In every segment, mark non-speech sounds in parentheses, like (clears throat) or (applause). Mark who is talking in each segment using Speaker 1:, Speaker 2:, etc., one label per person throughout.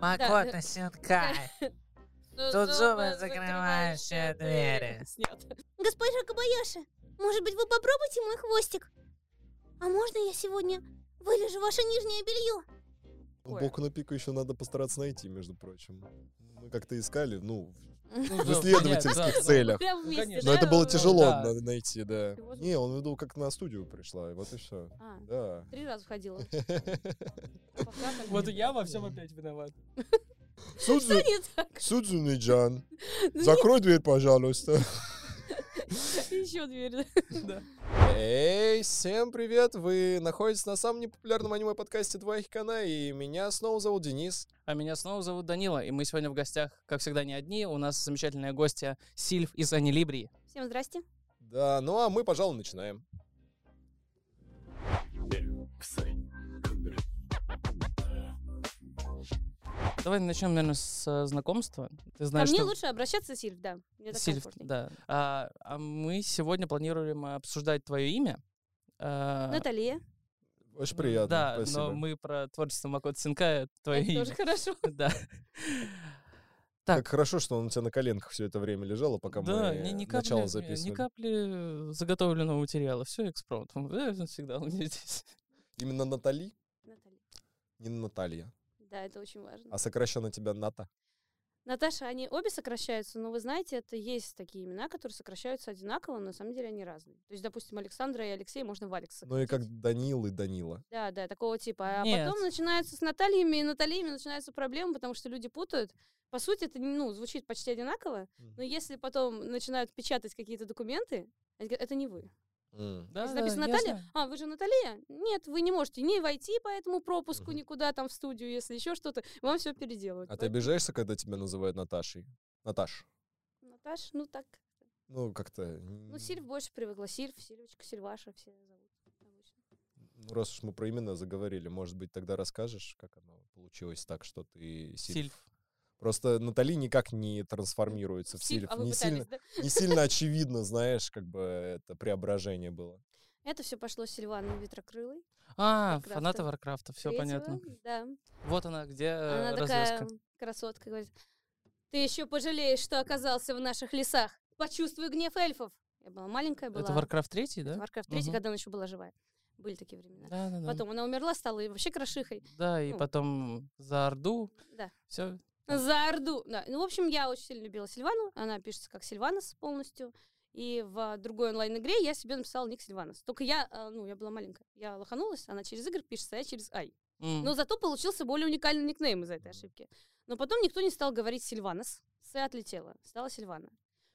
Speaker 1: Макота
Speaker 2: да.
Speaker 1: Синкай. Тут зубы закрывающие двери.
Speaker 2: Снято.
Speaker 3: Господин Акабаяши, может быть, вы попробуйте мой хвостик? А можно я сегодня вылежу ваше нижнее белье?
Speaker 2: Ой.
Speaker 4: Боку на пику еще надо постараться найти, между прочим. Мы как-то искали, ну,
Speaker 1: Ну,
Speaker 4: в
Speaker 1: да, понятно, да,
Speaker 4: исследовательских
Speaker 1: да.
Speaker 4: целях.
Speaker 2: Прям
Speaker 1: Ну,
Speaker 2: вместе,
Speaker 1: конечно.
Speaker 4: Но
Speaker 2: да?
Speaker 4: это было
Speaker 2: Ну,
Speaker 4: тяжело
Speaker 1: да.
Speaker 4: на- найти, да.
Speaker 2: Ты вот-
Speaker 4: Не, он видел, как на студию пришла, и вот и все.
Speaker 2: А, (laughs)
Speaker 4: Да.
Speaker 2: три раза ходила.
Speaker 1: Вот и я во всем опять виноват.
Speaker 4: Судзу,
Speaker 2: Что не так?
Speaker 4: Судзуми-джан,
Speaker 2: (laughs) Ну,
Speaker 4: закрой дверь, пожалуйста.
Speaker 2: Еще дверь.
Speaker 1: Да.
Speaker 4: Эй, всем привет! Вы находитесь на самом непопулярном аниме-подкасте «Два Хикана», и меня снова зовут Денис.
Speaker 5: А меня снова зовут Данила, и мы сегодня в гостях, как всегда, не одни. У нас замечательная гостья Сильв из Анилибрии.
Speaker 2: Всем здрасте.
Speaker 4: Да, ну а мы, пожалуй, начинаем.
Speaker 5: Давай начнем, наверное, с э, знакомства. Ты
Speaker 2: Ко
Speaker 5: знаешь,
Speaker 2: мне
Speaker 5: что...
Speaker 2: лучше обращаться Сильв, да. Мне так
Speaker 5: Сильв,
Speaker 2: комфортней.
Speaker 5: да. А, а мы сегодня планируем обсуждать твое имя.
Speaker 2: Ну,
Speaker 5: А,
Speaker 2: Наталья.
Speaker 4: Очень приятно,
Speaker 5: Да,
Speaker 4: спасибо.
Speaker 5: но мы про творчество Макота Синкая, твое
Speaker 2: Это
Speaker 5: имя. (laughs)
Speaker 2: тоже хорошо.
Speaker 5: Да.
Speaker 4: Как
Speaker 5: так.
Speaker 4: хорошо, что он у тебя на коленках все это время лежало, пока
Speaker 5: да,
Speaker 4: мы
Speaker 5: ни, ни капли,
Speaker 4: начало
Speaker 5: э, ни
Speaker 4: записывали.
Speaker 5: капли заготовленного материала, все экспромтом. Э, Всегда у меня здесь.
Speaker 2: (laughs)
Speaker 4: Именно Натали,
Speaker 2: Наталья.
Speaker 4: не Наталья,
Speaker 2: Да, это очень важно.
Speaker 4: а сокращенно тебя Ната.
Speaker 2: Наташа, они обе сокращаются, но вы знаете, это есть такие имена, которые сокращаются одинаково, но на самом деле они разные. То есть, допустим, Александра и Алексей можно в Алекс
Speaker 4: Ну и как
Speaker 2: сократить.
Speaker 4: Данил и Данила.
Speaker 2: Да, да, такого типа. А
Speaker 5: Нет.
Speaker 2: потом начинаются с Натальями и Натальями начинаются проблемы, потому что люди путают. По сути, это ну, звучит почти одинаково, но если потом начинают печатать какие-то документы, они говорят, это не вы. (laughs)
Speaker 4: М.
Speaker 5: Да,
Speaker 2: Если
Speaker 5: да,
Speaker 2: написано
Speaker 5: я
Speaker 2: Наталья,
Speaker 5: знаю.
Speaker 2: а, вы же Наталья? Нет, вы не можете не войти по этому пропуску
Speaker 4: Мгм.
Speaker 2: никуда там в студию, если еще что-то, вам все переделают.
Speaker 4: А ты обижаешься, когда тебя называют Наташей? Наташ.
Speaker 2: Наташ, ну так.
Speaker 4: Ну, как-то...
Speaker 2: Ну, Сильв больше привыкла. Сильв, Сильвочка, Сильваша, все зовут. обычно.
Speaker 4: Ну, Раз уж мы про имена заговорили, может быть, тогда расскажешь, как оно получилось так, что ты Сильф.
Speaker 5: Сильв.
Speaker 4: Просто Натали никак не трансформируется в
Speaker 2: Сильв,
Speaker 4: Сильф.
Speaker 2: а вы
Speaker 4: не,
Speaker 2: пытались,
Speaker 4: сильно,
Speaker 2: да?
Speaker 4: не сильно очевидно, знаешь, как бы это преображение было.
Speaker 2: Это все пошло с Сильваной Ветрокрылой.
Speaker 5: А,
Speaker 2: Варкрафта.
Speaker 5: фаната Варкрафта, все
Speaker 2: третьего,
Speaker 5: понятно.
Speaker 2: Да.
Speaker 5: Вот она, где э,
Speaker 2: Она
Speaker 5: развязка.
Speaker 2: такая красотка, говорит, ты еще пожалеешь, что оказался в наших лесах. Почувствуй гнев эльфов. Я была маленькая, была.
Speaker 5: Это Warcraft 3,
Speaker 2: Это
Speaker 5: да?
Speaker 2: Warcraft 3,
Speaker 5: Мгм.
Speaker 2: когда она еще была живая. Были такие времена.
Speaker 5: Да, да, да.
Speaker 2: Потом она умерла, стала и вообще крошихой.
Speaker 5: Да, и
Speaker 2: ну.
Speaker 5: потом за Орду.
Speaker 2: Да.
Speaker 5: Все.
Speaker 2: За Орду. Да. Ну, в общем, я очень сильно любила Сильвану. Она пишется как Сильванос полностью. И в другой онлайн-игре я себе написала ник Сильванос. Только я, э, ну, я была маленькая. Я лоханулась, она через игры пишется, а я через Ай. Но зато получился более уникальный никнейм из-за этой ошибки. Но потом никто не стал говорить Сильванос. С отлетела, стала Сильвана.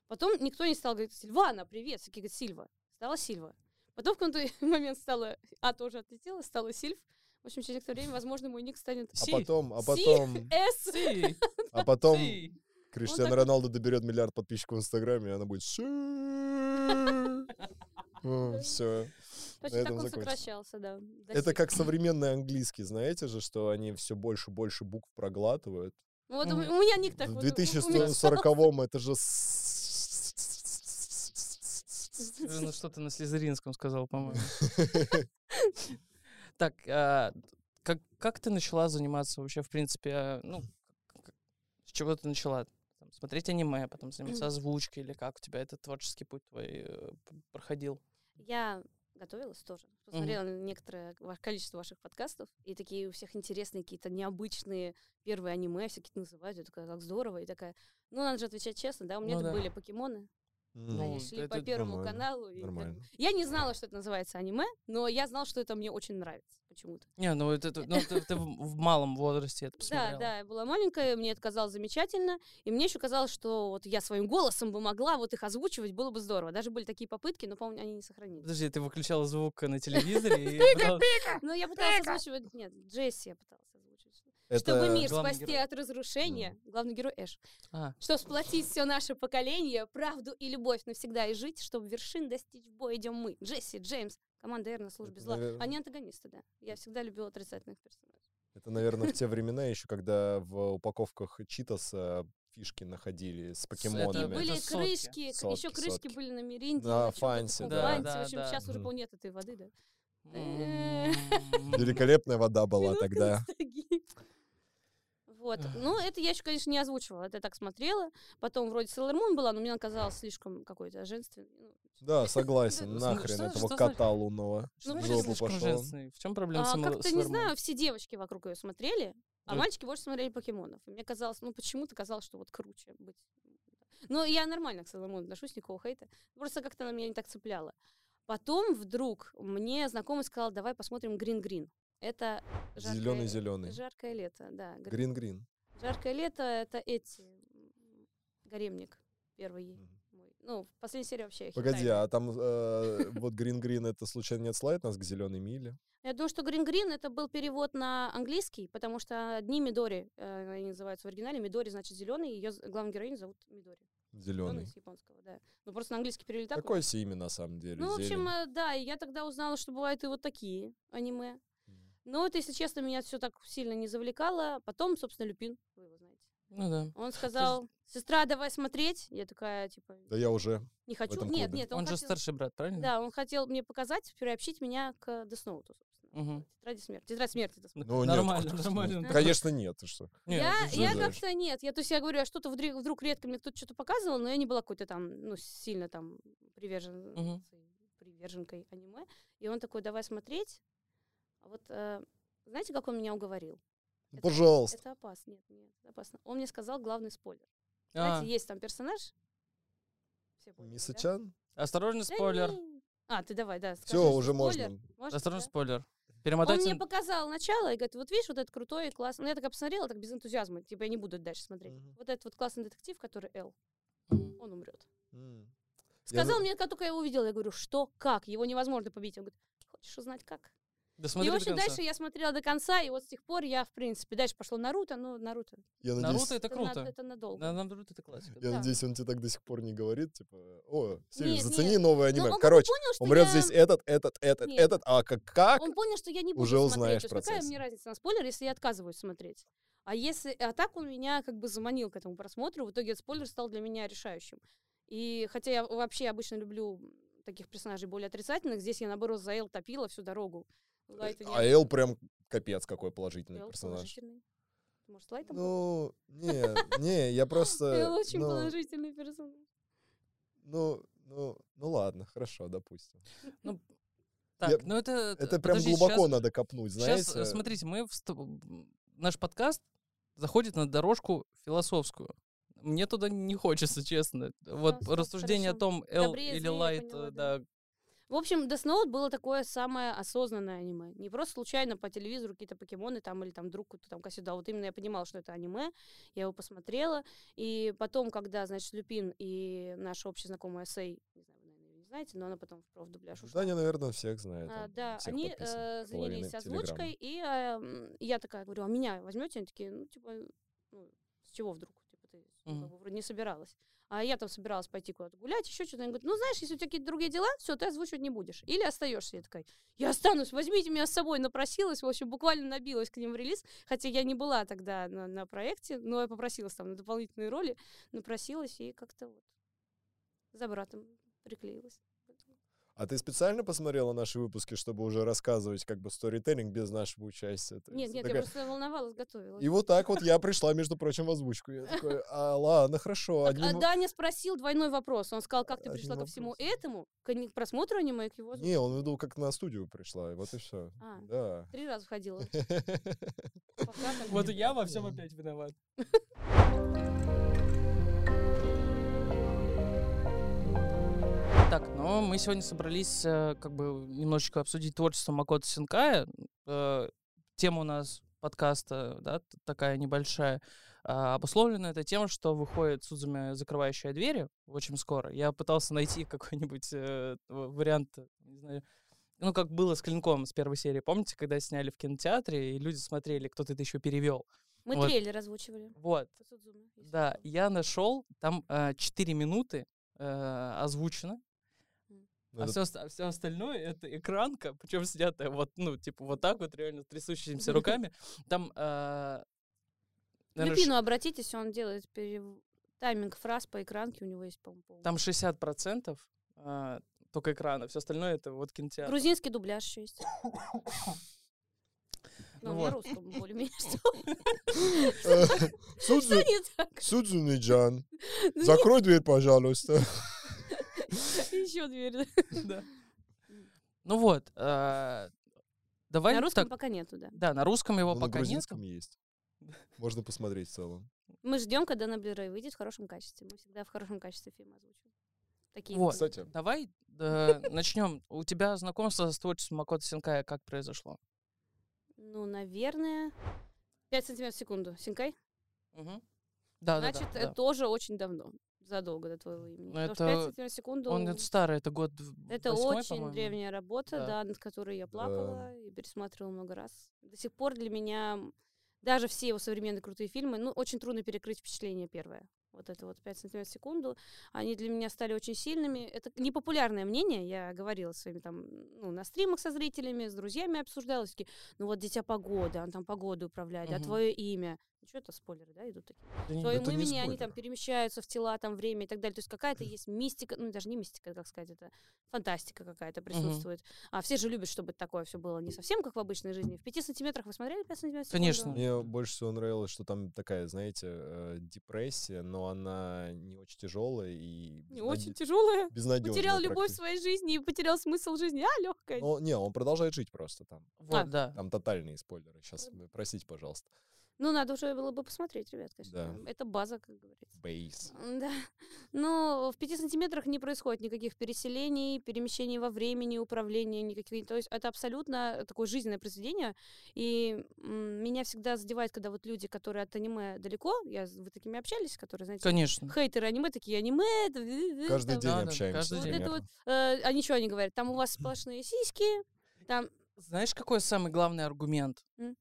Speaker 2: Потом никто не стал говорить Сильвана, привет, все говорят Сильва. Стала Сильва. Потом в какой-то (laughs) момент стала А тоже отлетела, стала Сильв. В общем, через некоторое время, возможно, мой ник станет
Speaker 4: А
Speaker 5: Си.
Speaker 4: потом, а
Speaker 2: Си.
Speaker 4: потом,
Speaker 2: С.
Speaker 5: Си,
Speaker 4: а потом
Speaker 5: си.
Speaker 4: Криштиану
Speaker 2: так-
Speaker 4: Роналду доберет миллиард подписчиков в Инстаграме, и она будет
Speaker 2: (laughs)
Speaker 4: Все.
Speaker 2: Точно так
Speaker 4: этом
Speaker 2: он
Speaker 4: закончим.
Speaker 2: сокращался, да. до
Speaker 4: Это
Speaker 2: Сильв.
Speaker 4: как современный английский, знаете же, что они все больше и больше букв проглатывают.
Speaker 2: Ну Вот у
Speaker 5: Мгм.
Speaker 2: у меня ник так.
Speaker 4: В
Speaker 2: вот, у- у меня стал.
Speaker 4: 2040-м это же...
Speaker 5: Э,
Speaker 4: (laughs)
Speaker 5: Ну что ты на слизеринском сказал, по-моему. Так, а, как, как ты начала заниматься вообще, в принципе, а, ну, к- с чего ты начала? Там, смотреть аниме, потом заниматься озвучкой, или как у тебя этот творческий путь твой э, п- проходил?
Speaker 2: Я готовилась тоже. Посмотрела некоторое ва- количество ваших подкастов, и такие у всех интересные какие-то необычные первые аниме, все какие-то называют, я такая, как здорово, и такая, ну, надо же отвечать честно, да, у меня
Speaker 5: Ну
Speaker 2: это
Speaker 5: да.
Speaker 2: были покемоны, а
Speaker 5: Ну,
Speaker 2: они шли
Speaker 5: это
Speaker 2: по первому
Speaker 4: нормально,
Speaker 2: каналу. и так-
Speaker 4: Нормально.
Speaker 2: Я не знала, что это называется аниме, но я знала, что это мне очень нравится почему-то.
Speaker 5: Не, ну это, это- ну, ты, ты в в малом возрасте это посмотрела.
Speaker 2: Да, да, я была маленькая, мне это казалось замечательно, и мне еще казалось, что вот я своим голосом бы могла вот их озвучивать, было бы здорово. Даже были такие попытки, но, по-моему, они не сохранились.
Speaker 5: Подожди, ты выключала
Speaker 2: (laughs)
Speaker 5: звук на телевизоре и пыталась-
Speaker 2: Но я пыталась озвучивать... Нет, Джесси я пыталась озвучивать. Чтобы
Speaker 4: Это-
Speaker 2: мир
Speaker 5: Главный
Speaker 2: спасти
Speaker 5: герой.
Speaker 2: от разрушения, главный герой Эш,
Speaker 5: А,
Speaker 2: что сплотить все наше поколение, правду и любовь навсегда и жить, чтобы вершин достичь в бой идем мы. Джесси, Джеймс, команда Р на службе
Speaker 4: Это,
Speaker 2: зла.
Speaker 4: наверно-
Speaker 2: Они антагонисты, да. Я всегда любила отрицательных персонажей.
Speaker 4: Это, наверное, в те времена еще, когда в упаковках Читоса фишки находили с покемонами.
Speaker 2: Были
Speaker 5: это сотки.
Speaker 2: крышки,
Speaker 4: Сотки,
Speaker 2: еще крышки
Speaker 4: сотки.
Speaker 2: были на Миринде. на
Speaker 4: Да,
Speaker 2: чём-то
Speaker 4: Фанси,
Speaker 2: таком,
Speaker 5: да.
Speaker 2: Фанси.
Speaker 5: Да,
Speaker 2: В общем,
Speaker 5: да.
Speaker 2: сейчас уже
Speaker 4: Мгм.
Speaker 2: полнет этой воды, да?
Speaker 5: м.
Speaker 4: Великолепная вода была
Speaker 2: (laughs) Минутка
Speaker 4: тогда.
Speaker 2: ностальгии. Вот. Ну, это я еще, конечно, не озвучивала. Это я так смотрела. Потом вроде Sailor Moon была, но мне она казалась слишком какой-то женственной. Ну,
Speaker 4: Да, согласен,
Speaker 5: Ну,
Speaker 4: нахрен
Speaker 5: что-
Speaker 4: этого
Speaker 5: что за-
Speaker 4: кота лунного.
Speaker 5: Ну,
Speaker 2: Ну,
Speaker 4: В
Speaker 5: блин,
Speaker 4: жопу
Speaker 5: слишком
Speaker 4: пошел.
Speaker 5: женственный. В чем
Speaker 2: а,
Speaker 5: проблема с Sailor
Speaker 2: как-то, не
Speaker 5: Moon?
Speaker 2: знаю, все девочки вокруг ее смотрели, а
Speaker 5: Да.
Speaker 2: мальчики больше смотрели покемонов. И мне казалось, ну, почему-то казалось, что вот круче быть. Но я нормально к Sailor Moon отношусь, никакого хейта. Просто как-то она меня не так цепляла. Потом вдруг мне знакомый сказал, давай посмотрим Грин-Грин. Это жаркое-
Speaker 4: Зеленый-зеленый.
Speaker 2: жаркое лето, да. Green
Speaker 4: Грин-грин.
Speaker 2: Жаркое лето это эти м, гаремник первый
Speaker 4: Мгм.
Speaker 2: мой. Ну, в последней серии вообще. я
Speaker 4: Погоди,
Speaker 2: хитаю.
Speaker 4: а там э, вот грин-грин это случайно не отсылает нас к зеленой миле?
Speaker 2: Я думаю, что Green Green это был перевод на английский, потому что одни Мидори, э, они называются в оригинале. Мидори значит зеленый, ее главную героиню зовут Мидори. Зеленый
Speaker 4: Зеленый.
Speaker 2: Ну, с японского, да. Ну просто на английский перевели так.
Speaker 4: Какое себе имя на самом деле?
Speaker 2: Ну, в общем,
Speaker 4: Зелень.
Speaker 2: э, да, и я тогда узнала, что бывают и вот такие аниме.
Speaker 4: Мгм.
Speaker 2: Но это, если честно, меня все так сильно не завлекало. Потом, собственно, Люпин, вы его знаете.
Speaker 5: Ну да.
Speaker 4: (laughs)
Speaker 2: Он сказал, сестра, давай смотреть. Я такая, типа,
Speaker 4: Да я
Speaker 2: (laughs)
Speaker 4: уже.
Speaker 2: не хочу.
Speaker 4: этом
Speaker 2: Нет,
Speaker 4: клубе.
Speaker 2: нет, он,
Speaker 5: Он же
Speaker 2: хотел-
Speaker 5: старший брат, правильно?
Speaker 2: Да, он хотел мне показать, приобщить меня к Десноуту, собственно.
Speaker 5: Мгм.
Speaker 2: Тетради смерти. Тетрадь смерти. это
Speaker 5: Ну,
Speaker 4: Ну, нет,
Speaker 5: Нормально,
Speaker 4: (laughs) конечно,
Speaker 5: нормально.
Speaker 4: нет. Конечно, нет. Ты что?
Speaker 5: Не,
Speaker 2: я
Speaker 5: ты
Speaker 4: что
Speaker 2: я
Speaker 4: за-
Speaker 2: как-то нет. Я, то есть я говорю, а что-то вдруг, вдруг редко мне кто-то что-то показывал, но я не была какой-то там, ну, сильно там привержен,
Speaker 5: Мгм.
Speaker 2: приверженкой аниме. И он такой, давай смотреть. А вот э, знаете, как он меня уговорил?
Speaker 4: Ну,
Speaker 2: Это-
Speaker 4: Пожалуйста.
Speaker 2: Это опасно. Нет, нет, это опасно. Он мне сказал главный спойлер.
Speaker 5: А,
Speaker 2: Знаете, есть там персонаж. Все поняли, да?
Speaker 4: Мисочан?
Speaker 5: Осторожно,
Speaker 2: Да
Speaker 5: спойлер.
Speaker 2: не. А, ты давай, да. скажи,
Speaker 4: Все, уже
Speaker 2: спойлер.
Speaker 4: можно.
Speaker 2: Можно,
Speaker 5: Осторожно,
Speaker 2: да?
Speaker 5: спойлер.
Speaker 2: Он
Speaker 5: Перемотайте.
Speaker 2: мне показал начало и говорит, вот видишь, вот этот крутой и классный. Ну, я так посмотрела, так без энтузиазма, типа я не буду дальше смотреть.
Speaker 4: Мгм.
Speaker 2: Вот этот вот классный детектив, который Эл,
Speaker 5: Мгм.
Speaker 2: он умрет.
Speaker 4: М. Я
Speaker 2: Сказал
Speaker 4: на-
Speaker 2: мне, как только я его увидела, я говорю, что, как, его невозможно победить. Он говорит, хочешь узнать как? и,
Speaker 5: Досмотри
Speaker 2: в
Speaker 5: Ну, а до
Speaker 2: общем,
Speaker 5: конца.
Speaker 2: дальше я смотрела до конца, и вот с тех пор я, в принципе, дальше пошло Наруто, но Наруто.
Speaker 4: Я надеюсь,
Speaker 5: Наруто это
Speaker 2: на-
Speaker 5: круто.
Speaker 2: это надолго.
Speaker 5: На- Наруто это классика.
Speaker 4: Ну, я
Speaker 2: да.
Speaker 4: надеюсь, он тебе так до сих пор не говорит, типа, о, Север,
Speaker 2: Нет,
Speaker 4: зацени
Speaker 2: нет. Но
Speaker 4: новое аниме.
Speaker 2: он как бы
Speaker 4: Короче,
Speaker 2: понял, что
Speaker 4: умрет
Speaker 2: я-
Speaker 4: здесь этот, этот, этот,
Speaker 2: Нет.
Speaker 4: этот, а как? как?
Speaker 2: Он понял, что я не буду
Speaker 4: Уже
Speaker 2: смотреть.
Speaker 4: узнаешь
Speaker 2: То есть какая
Speaker 4: процесс.
Speaker 2: мне разница на спойлер, если я отказываюсь смотреть? А если, а так он меня как бы заманил к этому просмотру. В итоге этот спойлер стал для меня решающим. И хотя я вообще обычно люблю таких персонажей более отрицательных, здесь я наоборот за Эл топила всю дорогу. Лайта не
Speaker 4: А Эл прям капец какой
Speaker 2: отпустила,
Speaker 4: положительный
Speaker 2: Эл
Speaker 4: персонаж.
Speaker 2: положительный. Может, Лайтом? был?
Speaker 4: Ну, не,
Speaker 2: (laughs)
Speaker 4: не, я просто...
Speaker 2: Эл очень
Speaker 4: ну,
Speaker 2: положительный персонаж.
Speaker 4: Ну, ну, ну ладно, хорошо, допустим.
Speaker 5: Так,
Speaker 4: Я-
Speaker 5: ну это...
Speaker 4: Это прям
Speaker 5: подожди,
Speaker 4: глубоко
Speaker 5: щас-
Speaker 4: надо копнуть,
Speaker 5: щас,
Speaker 4: знаете.
Speaker 5: э, смотрите, мы... вст- м, Наш подкаст заходит на дорожку философскую. Мне туда не хочется, честно. Вот
Speaker 2: Философ,
Speaker 5: рассуждение о
Speaker 2: хорошо.
Speaker 5: том, Эл
Speaker 2: Добрее
Speaker 5: или
Speaker 2: злее, я
Speaker 5: Лайт,
Speaker 2: поняла,
Speaker 5: э,
Speaker 2: да.
Speaker 5: да,
Speaker 2: В общем, Death Note было такое самое осознанное аниме. Не просто случайно по телевизору какие-то покемоны там или там друг кто-то там косюда. Вот именно я понимала, что это аниме. Я его посмотрела. И потом, когда, значит, Люпин и наша общая знакомая Сей, не знаю, вы, наверное, не знаете, но она потом в профдубляж ушла.
Speaker 4: Даня, наверное, всех знает.
Speaker 2: А,
Speaker 4: он
Speaker 2: да,
Speaker 4: всех
Speaker 2: они
Speaker 4: подписан.
Speaker 2: э,
Speaker 4: Половина
Speaker 2: занялись
Speaker 4: Телеграма.
Speaker 2: озвучкой, и э, м, я такая говорю, а меня возьмете? Они такие, ну, типа, ну, с чего вдруг? Типа, ты ну,
Speaker 5: Мгм.
Speaker 2: как бы вроде не собиралась. А я там собиралась пойти куда-то гулять, еще что-то. Они говорят, ну, знаешь, если у тебя какие-то другие дела, все, ты озвучивать не будешь. Или остаешься. Я такая, я останусь, возьмите меня с собой. Напросилась, в общем, буквально набилась к ним в релиз. Хотя я не была тогда на, на проекте, но я попросилась там на дополнительные роли, напросилась и как-то вот за братом приклеилась.
Speaker 4: А ты специально посмотрела наши выпуски, чтобы уже рассказывать как бы сторителлинг без нашего участия? То
Speaker 2: Нет,
Speaker 4: есть
Speaker 2: нет, я
Speaker 4: такая-
Speaker 2: просто волновалась, готовилась.
Speaker 4: И вот так вот я пришла, между прочим, в озвучку. Я такой, а ладно, хорошо.
Speaker 2: Так, а
Speaker 5: Ну,
Speaker 4: одним-
Speaker 2: Даня спросил двойной вопрос. Он сказал, как ты
Speaker 4: Одним
Speaker 2: пришла ко всему
Speaker 4: вопросом.
Speaker 2: этому, к ани- к просмотру аниме и к его...
Speaker 4: Не, он видел, как на студию пришла, и вот и все.
Speaker 2: А.
Speaker 4: Да. (laughs)
Speaker 2: Три раза
Speaker 5: (laughs)
Speaker 2: ходила.
Speaker 5: А
Speaker 2: Пока там-
Speaker 1: Вот и я во всем опять виноват.
Speaker 5: Так, но мы сегодня собрались э, как бы немножечко обсудить творчество Макота Синкая. Э, Тема у нас подкаста, да, т- такая небольшая. А, Обусловлена это тем, что выходит Сузуми «Закрывающая двери» очень скоро. Я пытался найти (laughs) какой-нибудь э, в- вариант, не знаю, ну, как было с «Клинком» с первой серии. Помните, когда сняли в кинотеатре, и люди смотрели, кто-то это еще перевел?
Speaker 2: Мы
Speaker 5: Вот.
Speaker 2: трейлер озвучивали.
Speaker 5: Вот.
Speaker 2: по Судзуме, если
Speaker 5: Да,
Speaker 2: что.
Speaker 5: я нашел, там э, 4 минуты э, озвучено,
Speaker 4: Ну,
Speaker 5: а
Speaker 4: это- (laughs)
Speaker 5: все, остальное это экранка, причем снятая вот, ну, типа вот так вот, реально с
Speaker 4: (laughs)
Speaker 5: трясущимися руками. Там, э,
Speaker 2: К
Speaker 5: наверно,
Speaker 2: Люпину обратитесь, он делает перев- тайминг фраз по экранке, у него есть, по-моему,
Speaker 5: ш-
Speaker 2: полный.
Speaker 5: там 60% э, (coughs) только экрана, все остальное это вот кинотеатр.
Speaker 2: Грузинский дубляж еще есть. Ну,
Speaker 5: Вот.
Speaker 2: на русском
Speaker 5: (laughs)
Speaker 2: более-менее. (laughs) Что что
Speaker 4: Э, Судзу,
Speaker 2: не так?
Speaker 4: Судзуны
Speaker 5: (laughs)
Speaker 4: Джан,
Speaker 2: Ну,
Speaker 4: закрой дверь, пожалуйста.
Speaker 2: Еще дверь. да.
Speaker 5: Ну вот, э, давай
Speaker 2: На русском
Speaker 5: так-
Speaker 2: пока нету, да.
Speaker 5: Да, на русском его
Speaker 4: Ну, на
Speaker 5: пока нет.
Speaker 4: грузинском есть. Можно посмотреть в целом.
Speaker 2: Мы ждем, когда на Blu-ray выйдет в хорошем качестве. Мы всегда в хорошем качестве фильмы озвучиваем. Такие.
Speaker 5: Вот.
Speaker 2: фильмы.
Speaker 4: Кстати,
Speaker 5: Давай
Speaker 4: (laughs)
Speaker 5: начнем. У тебя знакомство с творчеством Макота Синкая как произошло?
Speaker 2: Ну, наверное, 5 сантиметров в секунду. Синкай?
Speaker 5: Мгм. Да, да, да,
Speaker 2: Значит,
Speaker 5: да.
Speaker 4: э,
Speaker 2: это тоже очень давно. Задолго до твоего имени.
Speaker 5: Ну,
Speaker 2: Потому что 5
Speaker 5: это-
Speaker 2: сантиметров в секунду...
Speaker 5: Он это старый, это год
Speaker 2: Ну, Это
Speaker 5: восьмой,
Speaker 2: очень
Speaker 5: по-моему.
Speaker 2: древняя работа,
Speaker 5: Да.
Speaker 2: да. над которой я плакала и пересматривала много раз. До сих пор для меня м, даже все его современные крутые фильмы, ну, очень трудно перекрыть впечатление первое. Вот это вот 5 сантиметров в секунду. Они для меня стали очень сильными. Это непопулярное мнение. Я говорила своими там, ну, на стримах со зрителями, с друзьями обсуждала. Все Такие, ну, вот «Дитя погоды», он там погоду управляет, а
Speaker 5: Мгм.
Speaker 2: твое имя. Ну, что это спойлеры, да, идут такие?
Speaker 5: Да не-
Speaker 2: в твоем
Speaker 4: это не
Speaker 2: имени они
Speaker 4: спойлер.
Speaker 2: там перемещаются в тела, там время и так далее. То есть какая-то есть мистика, ну даже не мистика, как сказать, это фантастика какая-то присутствует. А все же любят, чтобы такое все было не совсем как в обычной жизни. В пяти сантиметрах вы смотрели пять сантиметров? в секунду»?
Speaker 5: Конечно.
Speaker 4: Мне больше всего нравилось, что там такая, знаете, э, депрессия, но она не очень тяжелая и
Speaker 2: Не
Speaker 4: безнадё-
Speaker 2: очень тяжелое.
Speaker 4: безнадёжная
Speaker 2: Потерял любовь в
Speaker 4: практи-
Speaker 2: своей жизни и потерял смысл жизни. А, легкая.
Speaker 4: Ну, не, он продолжает жить просто там.
Speaker 2: А,
Speaker 5: Вот, да.
Speaker 4: Там тотальные спойлеры. Сейчас простите, пожалуйста.
Speaker 2: Ну, надо уже было бы посмотреть, ребят, конечно.
Speaker 4: Да.
Speaker 2: Это база, как говорится.
Speaker 4: Бейс.
Speaker 2: Да. Но в пяти сантиметрах не происходит никаких переселений, перемещений во времени, управления никаких. То есть это абсолютно такое жизненное произведение. И м, меня всегда задевает, когда вот люди, которые от аниме далеко, я, с- вы такими общались, которые, знаете,
Speaker 5: Конечно.
Speaker 2: хейтеры аниме, такие аниме, это вы- вы»,
Speaker 4: Каждый
Speaker 2: там,
Speaker 4: день
Speaker 5: Ну да, да,
Speaker 4: общаемся.
Speaker 5: каждый
Speaker 2: вот
Speaker 5: день.
Speaker 2: это
Speaker 4: примерно.
Speaker 2: вот, э, они что они говорят? Там у вас сплошные сиськи, там
Speaker 5: Знаешь, какой самый главный аргумент?
Speaker 2: М.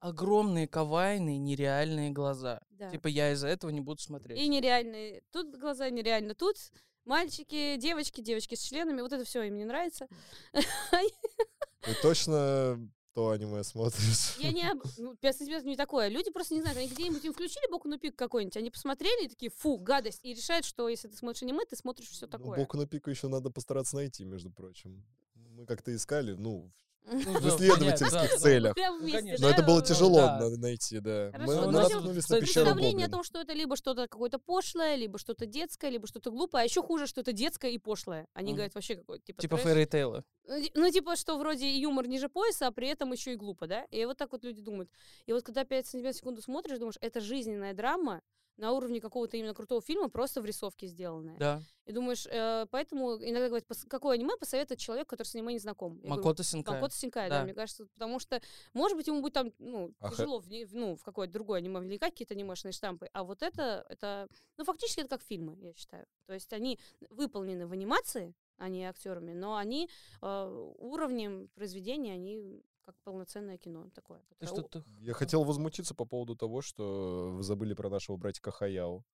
Speaker 5: Огромные кавайные нереальные глаза.
Speaker 2: да.
Speaker 5: Типа я из-за этого не буду
Speaker 2: и
Speaker 5: смотреть.
Speaker 2: нереальные. Тут глаза нереально, тут мальчики, девочки, девочки с членами, вот это все им не нравится.
Speaker 4: Ты Э, точно то аниме смотришь?
Speaker 2: Я не... об- Ну, 5 сантиметров не такое. Люди просто не знают. Они где-нибудь им включили Боку на пик какой-нибудь, они посмотрели и такие, фу, гадость. И решают, что если ты смотришь аниме, ты смотришь все
Speaker 4: Ну,
Speaker 2: такое.
Speaker 4: Боку на пику еще надо постараться найти, между прочим. Мы как-то искали, ну,
Speaker 5: Ну
Speaker 4: в
Speaker 5: да,
Speaker 4: исследовательских
Speaker 5: понятно, да, да.
Speaker 4: целях.
Speaker 2: Прям вместе,
Speaker 5: конечно.
Speaker 4: Но
Speaker 2: да?
Speaker 4: это было
Speaker 2: Э,
Speaker 4: тяжело
Speaker 5: да.
Speaker 4: надо найти, да.
Speaker 2: Хорошо,
Speaker 4: Мы
Speaker 2: ну,
Speaker 4: мы
Speaker 5: значит,
Speaker 4: наткнулись на
Speaker 5: кстати,
Speaker 4: пещеру
Speaker 2: Представление о
Speaker 4: гоблина.
Speaker 2: том, что это либо что-то какое-то пошлое, либо что-то детское, либо что-то глупое, а еще хуже, что это детское и пошлое. Они
Speaker 5: Мгм.
Speaker 2: говорят вообще какой-то типа.
Speaker 5: Типа
Speaker 2: трэш.
Speaker 5: фэри Тейла.
Speaker 2: Ну, ти- Ну, типа, что вроде и юмор ниже пояса, а при этом еще и глупо, да? И вот так вот люди думают. И вот когда 5 сантиметров в секунду смотришь, думаешь, это жизненная драма на уровне какого-то именно крутого фильма, просто в рисовке сделанная.
Speaker 5: Да.
Speaker 2: И думаешь, э, поэтому иногда говорят, «Пос- какое аниме посоветует человек, который с аниме не знаком. Я говорю,
Speaker 5: Макото Синкая.
Speaker 2: Макото Синкай, да.
Speaker 5: Да. э
Speaker 2: мне кажется, потому что, может быть, ему будет там, ну,
Speaker 4: А хэ-
Speaker 2: тяжело в, ней- в- ну, в какое-то другое аниме вникать, какие-то анимешные штампы, а вот это, это, ну, фактически это как фильмы, я считаю. То есть они выполнены в анимации, а не актерами, но они э, уровнем произведения, они как полноценное кино такое.
Speaker 5: Ты
Speaker 2: которое-
Speaker 5: что-то-
Speaker 4: Я хотел возмутиться по поводу того, что вы забыли про нашего братика Хаяо.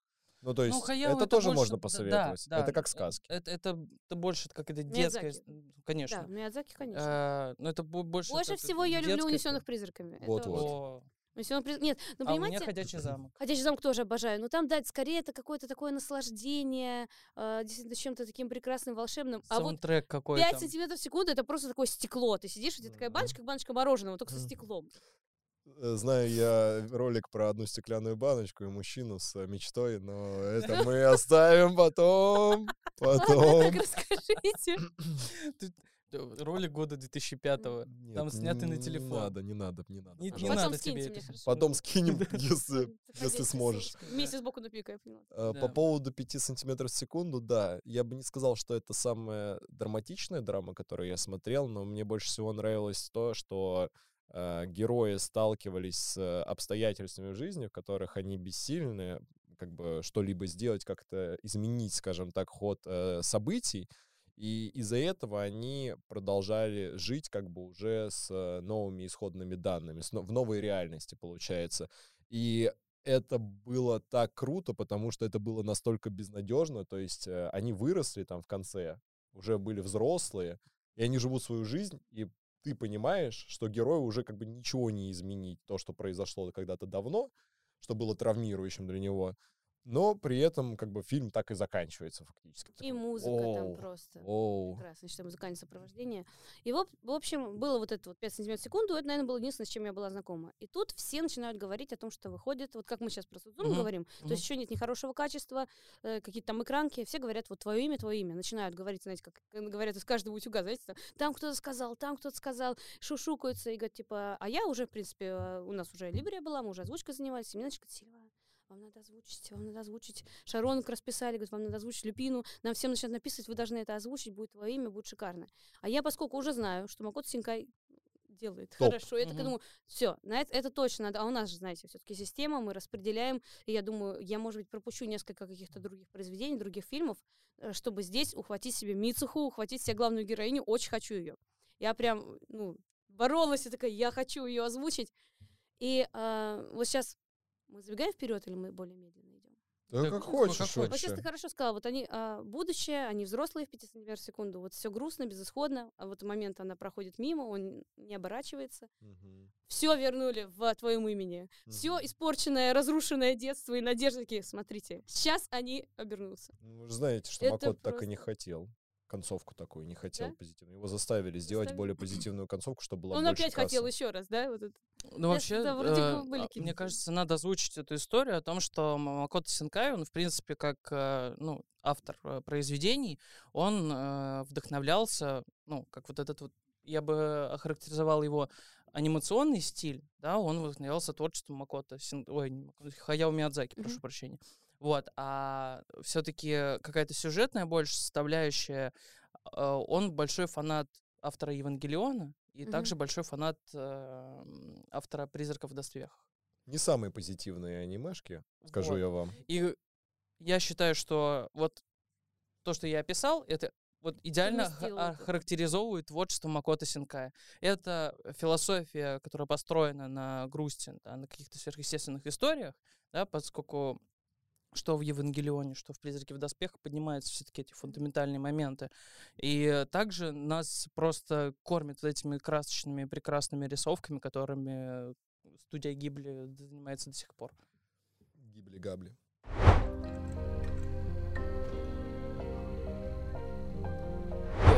Speaker 4: Ну, то есть,
Speaker 5: Ну, Хаяо
Speaker 4: это тоже
Speaker 5: больше-
Speaker 4: можно
Speaker 5: да,
Speaker 4: посоветовать.
Speaker 5: да,
Speaker 4: Это как
Speaker 5: э,
Speaker 4: сказки.
Speaker 5: Это, это, это больше как это детское,
Speaker 2: Миядзаки.
Speaker 5: ну, конечно.
Speaker 2: Да, Миядзаки, конечно.
Speaker 5: Э, но это бо- больше.
Speaker 2: Больше
Speaker 5: как это
Speaker 2: всего я люблю
Speaker 5: детское
Speaker 2: унесенных призраками. Это
Speaker 4: Вот-вот.
Speaker 2: очень-
Speaker 5: О,
Speaker 2: «Унесённых приз- Нет, ну
Speaker 5: а у А меня
Speaker 2: понимаете,
Speaker 5: ходячий замок.
Speaker 2: Ходячий замок тоже обожаю. Но там, да, скорее это какое-то такое наслаждение, э, действительно, чем-то таким прекрасным, волшебным. А вот
Speaker 5: Саундтрек какой
Speaker 2: 5
Speaker 5: там.
Speaker 2: сантиметров в секунду это просто такое стекло. Ты сидишь, у тебя такая
Speaker 4: Мгм.
Speaker 2: баночка, как баночка мороженого, только со
Speaker 4: Мгм.
Speaker 2: стеклом. (laughs)
Speaker 4: Э, Знаю я ролик про одну стеклянную баночку и мужчину с э, мечтой, но это мы оставим потом.
Speaker 2: Ладно,
Speaker 4: Потом.
Speaker 2: так расскажите.
Speaker 5: Э, Ролик года 2005-го.
Speaker 4: Нет,
Speaker 5: Там сняты на
Speaker 4: не
Speaker 5: телефон.
Speaker 4: надо, не надо, не надо.
Speaker 5: (clears throat) Не- не
Speaker 4: пожалуйста.
Speaker 2: Потом
Speaker 5: надо тебе
Speaker 2: скиньте
Speaker 5: это
Speaker 2: мне,
Speaker 5: всё.
Speaker 2: хорошо.
Speaker 4: Потом
Speaker 5: (laughs)
Speaker 4: скинем, если
Speaker 2: М,
Speaker 4: если
Speaker 2: заходите,
Speaker 4: сможешь.
Speaker 2: ссылочка. Вместе с боку на пика, я поняла.
Speaker 4: Э,
Speaker 5: Да.
Speaker 4: По поводу 5 сантиметров в секунду, да, я бы не сказал, что это самая драматичная драма, которую я смотрел, но мне больше всего нравилось то, что э, герои сталкивались с э, обстоятельствами в жизни, в которых они бессильны, как бы что-либо сделать, как-то изменить, скажем так, ход э, событий, и из-за этого они продолжали жить как бы уже с э, новыми исходными данными, с но- в новой реальности, получается. И это было так круто, потому что это было настолько безнадежно. То есть э, они выросли там в конце, уже были взрослые, и они живут свою жизнь, и ты понимаешь, что герою уже как бы ничего не изменить, то, что произошло когда-то давно, что было травмирующим для него. но при этом как бы фильм так и заканчивается фактически.
Speaker 2: И
Speaker 4: Такой,
Speaker 2: музыка там
Speaker 4: «Оу,
Speaker 2: просто.
Speaker 4: оу».
Speaker 2: Прекрасно, что музыкальное сопровождение. И, в, об- в общем, было вот это вот 5 сантиметров в секунду, это, наверное, было единственное, с чем я была знакома. И тут все начинают говорить о том, что выходит, вот как мы сейчас про Судзуму
Speaker 5: Мгм,
Speaker 2: говорим, то
Speaker 5: мгм.
Speaker 2: есть еще нет ни хорошего качества, э, какие-то там экранки, все говорят, вот твое имя, твое имя. Начинают говорить, знаете, как э, говорят из каждого утюга, знаете, там, там кто-то сказал, там кто-то сказал, шушукаются и говорят, типа, а я уже, в принципе, э, у нас уже Либрия была, мы уже озвучкой занимались, и мне начали говорить, «Сильва, вам надо озвучить, вам надо озвучить. Шаронок расписали, говорит, вам надо озвучить Люпину, нам всем начинают написывать, вы должны это озвучить, будет твое имя, будет шикарно. А я, поскольку уже знаю, что Макот Синкай делает
Speaker 4: Топ.
Speaker 2: хорошо, я так и
Speaker 5: Мгм.
Speaker 2: думаю, все, на это, это точно надо. А у нас же, знаете, все-таки система, мы распределяем, и я думаю, я, может быть, пропущу несколько каких-то других произведений, других фильмов, э, чтобы здесь ухватить себе Мицуху, ухватить себе главную героиню, очень хочу ее. Я прям, ну, боролась и такая, я хочу ее озвучить. И э, вот сейчас мы забегаем вперед или мы более медленно идем?
Speaker 4: Да
Speaker 5: Так,
Speaker 4: как
Speaker 5: ну,
Speaker 4: хочешь
Speaker 5: как
Speaker 4: вообще.
Speaker 2: Вот сейчас ты хорошо сказала, вот они а, будущее, они взрослые в 5 сантиметров в секунду, вот все грустно, безысходно, а вот момент она проходит мимо, он не оборачивается.
Speaker 4: Мгм.
Speaker 2: Все вернули в твоем имени. Все
Speaker 4: Мгм.
Speaker 2: испорченное, разрушенное детство и надежды. такие, Смотрите, сейчас они обернутся.
Speaker 4: Ну, Вы же знаете, что
Speaker 2: Это
Speaker 4: Макот так и не
Speaker 2: просто-
Speaker 4: хотел. Концовку такую не хотел
Speaker 2: Да?
Speaker 4: позитивную. Его заставили сделать
Speaker 2: Заставили? (clears throat)
Speaker 4: более позитивную концовку, чтобы была
Speaker 2: он
Speaker 4: больше
Speaker 2: опять хотел
Speaker 4: кассы.
Speaker 2: еще раз, да? Вот это.
Speaker 5: Ну, вообще,
Speaker 2: да, вроде
Speaker 5: э,
Speaker 2: бы были
Speaker 5: а,
Speaker 2: какие-то
Speaker 5: мне
Speaker 2: такие.
Speaker 5: кажется, надо озвучить эту историю о том, что Макото Синкай, он, в принципе, как э, ну, автор э, произведений, он э, вдохновлялся, ну, как вот этот вот, я бы охарактеризовал его анимационный стиль, да, он вдохновлялся творчеством Макото Син... Ой, не Макото, Хаяо Миядзаки,
Speaker 2: Мгм.
Speaker 5: прошу прощения. Вот, а все-таки какая-то сюжетная больше составляющая, э, он большой фанат автора Евангелиона и
Speaker 2: Мгм.
Speaker 5: также большой фанат э, м, автора «Призраков в доспехах».
Speaker 4: Не самые позитивные анимешки, скажу
Speaker 5: Вот.
Speaker 4: я вам.
Speaker 5: И я считаю, что вот то, что я описал, это вот идеально х-
Speaker 2: сделал это.
Speaker 5: характеризовывает творчество Макото Синкая. Это философия, которая построена на грусти, да, на каких-то сверхъестественных историях, да, поскольку что в Евангелионе, что в «Призраке в доспехах» поднимаются все-таки эти фундаментальные моменты. И также нас просто кормят вот этими красочными, прекрасными рисовками, которыми студия Гибли занимается до сих пор.
Speaker 4: Гибли-габли.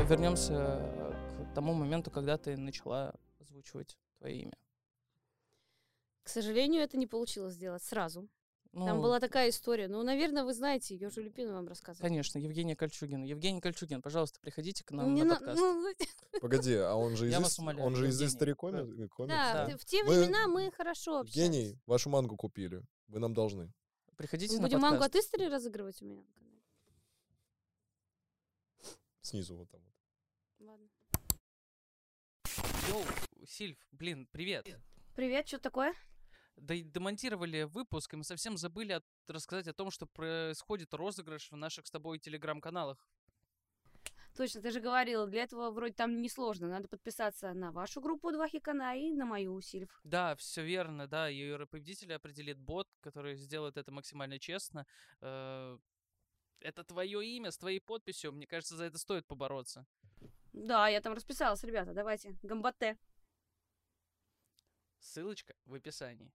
Speaker 5: Вернемся э, к тому моменту, когда ты начала озвучивать твое имя.
Speaker 2: К сожалению, это не получилось сделать сразу. Там
Speaker 5: Ну,
Speaker 2: была такая история. Ну, наверное, вы знаете, ее же Люпина вам рассказывала.
Speaker 5: Конечно, Евгения Кольчугина. Евгений Кольчугин, пожалуйста, приходите к нам
Speaker 2: Не
Speaker 5: на
Speaker 2: на-
Speaker 5: подкаст. (laughs)
Speaker 2: ну, (laughs)
Speaker 4: Погоди, а он же из,
Speaker 5: Я
Speaker 4: Ис-
Speaker 5: вас умоляю,
Speaker 4: он же из
Speaker 5: Евгений.
Speaker 4: Истори
Speaker 5: Да.
Speaker 4: коми- э, комикс,
Speaker 2: да,
Speaker 5: да.
Speaker 2: в те
Speaker 4: Мы-
Speaker 2: времена мы хорошо общались.
Speaker 4: Евгений, вашу мангу купили. Вы нам должны.
Speaker 5: Приходите
Speaker 2: Мы
Speaker 5: на
Speaker 2: будем мангу
Speaker 5: подкаст.
Speaker 2: от истории разыгрывать у меня на канале?
Speaker 4: Снизу вот там. вот.
Speaker 2: Ладно.
Speaker 6: Йоу, Сильв, блин, привет.
Speaker 3: Привет, что такое?
Speaker 6: Да и демонтировали выпуск, и мы совсем забыли от- рассказать о том, что происходит розыгрыш в наших с тобой телеграм-каналах.
Speaker 2: Точно, ты же говорила, для этого вроде там несложно. Надо подписаться на вашу группу Два Хикана и на мою Сильф.
Speaker 6: Да, все верно, да, и победителя определит бот, который сделает это максимально честно. Э, Это твое имя с твоей подписью, мне кажется, за это стоит побороться.
Speaker 2: Да, я там расписалась, ребята, давайте. Гамбате.
Speaker 6: Ссылочка в описании.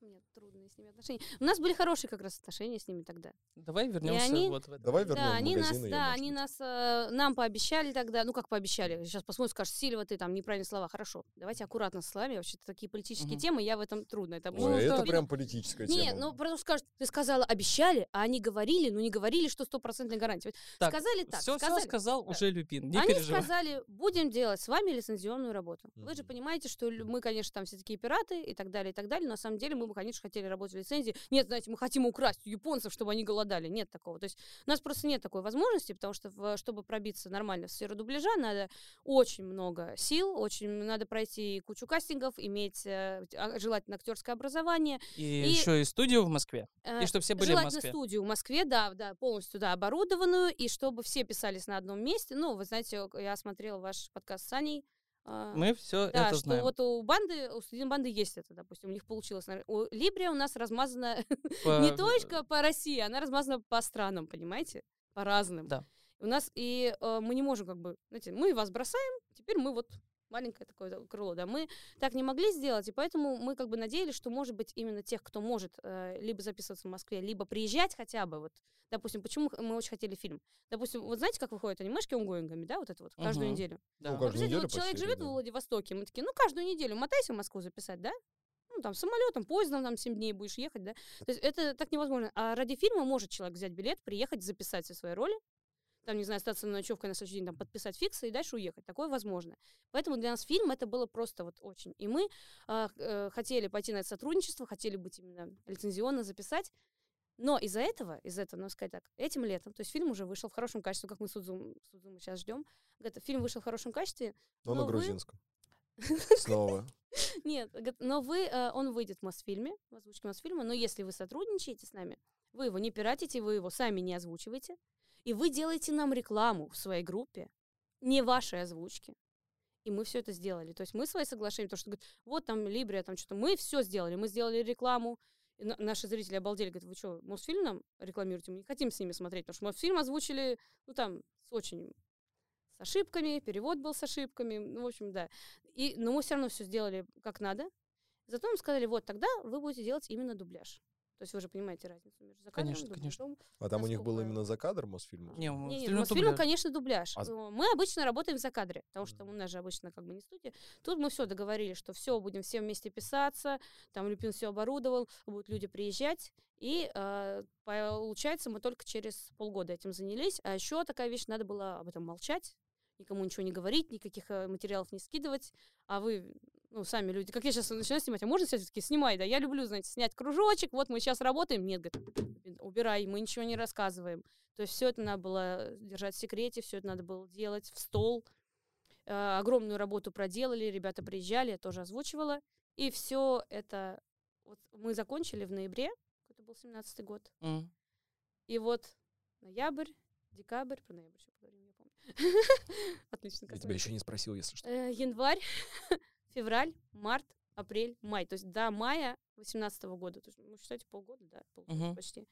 Speaker 2: Мне трудные с ними отношения. У нас были хорошие как раз отношения с ними тогда.
Speaker 5: Давай вернемся
Speaker 2: они-
Speaker 5: вот в это.
Speaker 4: Давай
Speaker 5: время.
Speaker 4: вернем
Speaker 2: да, они нас,
Speaker 4: магазин её,
Speaker 2: да,
Speaker 4: может
Speaker 2: они
Speaker 4: быть.
Speaker 2: нас, э, нам пообещали тогда, ну как пообещали, сейчас посмотрим, скажешь, Сильва, ты там неправильные слова, хорошо, давайте аккуратно с словами, вообще такие политические
Speaker 5: Мгм.
Speaker 2: темы, я в этом трудно, это
Speaker 4: Ой,
Speaker 2: обычно
Speaker 4: это
Speaker 2: Ну, видно.
Speaker 4: прям политическая тема.
Speaker 2: Не, ну потому что скажут, ты сказала обещали, а они говорили, но не говорили, что стопроцентная гарантия. Вот
Speaker 5: Так,
Speaker 2: сказали так,
Speaker 5: все,
Speaker 2: сказали,
Speaker 5: сказал уже Люпин, не
Speaker 2: Они
Speaker 5: переживай.
Speaker 2: сказали, будем делать с вами лицензионную работу. Вы же
Speaker 4: Мгм.
Speaker 2: понимаете, что лю- мы, конечно, там все такие пираты и так далее, и так далее. Но на самом деле мы бы, конечно, хотели работать в лицензии. Нет, знаете, мы хотим украсть у японцев, чтобы они голодали. Нет такого. То есть у нас просто нет такой возможности, потому что, в- чтобы пробиться нормально в сферу дубляжа, надо очень много сил, очень надо пройти кучу кастингов, иметь э, а- желательно актерское образование.
Speaker 5: И,
Speaker 2: и-
Speaker 5: еще и студию в Москве.
Speaker 2: Э,
Speaker 5: И чтобы все были в
Speaker 2: Желательно
Speaker 5: Москве.
Speaker 2: студию в Москве, да, да, полностью, да, оборудованную, и чтобы все писались на одном месте. Ну, вы знаете, я смотрела ваш подкаст с Аней. а,
Speaker 5: Мы все
Speaker 2: да,
Speaker 5: это
Speaker 2: что
Speaker 5: знаем.
Speaker 2: вот у банды, у студийной банды есть это, допустим, у них получилось. наверно. У Либрия у нас размазана
Speaker 5: По-
Speaker 2: не точка а по России, она размазана по странам, понимаете? По разным.
Speaker 5: Да.
Speaker 2: У нас и э, мы не можем как бы, знаете, мы вас бросаем, теперь мы вот маленькое такое да, крыло, да, мы так не могли сделать, и поэтому мы как бы надеялись, что, может быть, именно тех, кто может э, либо записываться в Москве, либо приезжать хотя бы, вот, допустим, почему х- мы очень хотели фильм, допустим, вот знаете, как выходят анимешки онгоингами, да, вот это вот, каждую
Speaker 5: Мгм.
Speaker 2: неделю,
Speaker 5: Да.
Speaker 4: Ну, как- Каждую
Speaker 2: Представляете,
Speaker 4: неделю
Speaker 2: вот человек
Speaker 4: почти,
Speaker 2: живет
Speaker 4: да.
Speaker 2: во Владивостоке, мы такие, ну, каждую неделю мотайся в Москву записать, да? Ну, там, самолетом, поездом, там, 7 дней будешь ехать, да? То есть это так невозможно. А ради фильма может человек взять билет, приехать, записать все свои роли, там, не знаю, остаться на ночевкой на следующий день, там, подписать фиксы и дальше уехать. Такое возможно. Поэтому для нас фильм это было просто вот очень. И мы а, э, хотели пойти на это сотрудничество, хотели быть именно лицензионно записать, но из-за этого, из-за этого, надо сказать так, этим летом, то есть фильм уже вышел в хорошем качестве, как мы Судзуму, Судзуму сейчас ждем, говорит, фильм вышел в хорошем качестве, (laughs)
Speaker 4: Но
Speaker 2: Но
Speaker 4: на
Speaker 2: ну, вы- (laughs)
Speaker 4: грузинском. Снова.
Speaker 2: нет, говорит, но вы, э, он выйдет в Мосфильме, в озвучке Мосфильма, но если вы сотрудничаете с нами, вы его не пиратите, вы его сами не озвучиваете, и вы делаете нам рекламу в своей группе, не вашей озвучки. И мы все это сделали. То есть мы свои соглашения, то, что говорит, вот там Либрия, там что-то, мы все сделали, мы сделали рекламу, И на- наши зрители обалдели, говорят, вы что, Мосфильм нам рекламируете? Мы не хотим с ними смотреть, потому что Мосфильм озвучили, ну там, с очень с ошибками, перевод был с ошибками, ну, в общем, да. И, но мы все равно все сделали как надо. Зато нам сказали, вот тогда вы будете делать именно дубляж. То есть вы же понимаете разницу между закадровым
Speaker 5: Конечно, конечно.
Speaker 2: дубляжом.
Speaker 4: А там у них был
Speaker 2: Насколько-
Speaker 4: именно за кадр Мосфильма?
Speaker 5: Не,
Speaker 2: Не,
Speaker 5: мы
Speaker 2: ну, нет,
Speaker 5: стильно
Speaker 2: Мосфильму,
Speaker 5: тубля-
Speaker 2: конечно, дубляж.
Speaker 4: А-
Speaker 2: Но Мы обычно работаем за кадры, потому что
Speaker 4: Мгм.
Speaker 2: у нас же обычно как бы не студия. Тут мы все договорились, что все, будем все вместе писаться, там Люпин все оборудовал, будут люди приезжать. И э, получается, мы только через полгода этим занялись. А еще такая вещь, надо было об этом молчать, никому ничего не говорить, никаких э, материалов не скидывать. А вы, ну, сами люди, как я сейчас начинаю снимать, а можно сейчас таки снимай, да? Я люблю, знаете, снять кружочек, вот мы сейчас работаем. Нет, говорит, убирай, мы ничего не рассказываем. То есть все это надо было держать в секрете, все это надо было делать в стол. Э, огромную работу проделали, ребята приезжали, я тоже озвучивала. И все это вот мы закончили в ноябре, это был 17-й год.
Speaker 5: М.
Speaker 2: И вот ноябрь, декабрь, про ноябрь еще поговорим, я помню. (laughs) Отлично.
Speaker 4: Я
Speaker 2: как
Speaker 4: тебя еще не спросил, если что.
Speaker 2: Э, январь, (laughs) февраль, март, апрель, май. То есть до мая 2018 года. То есть, ну, считайте, полгода, да, получается
Speaker 5: Мгм.
Speaker 2: почти.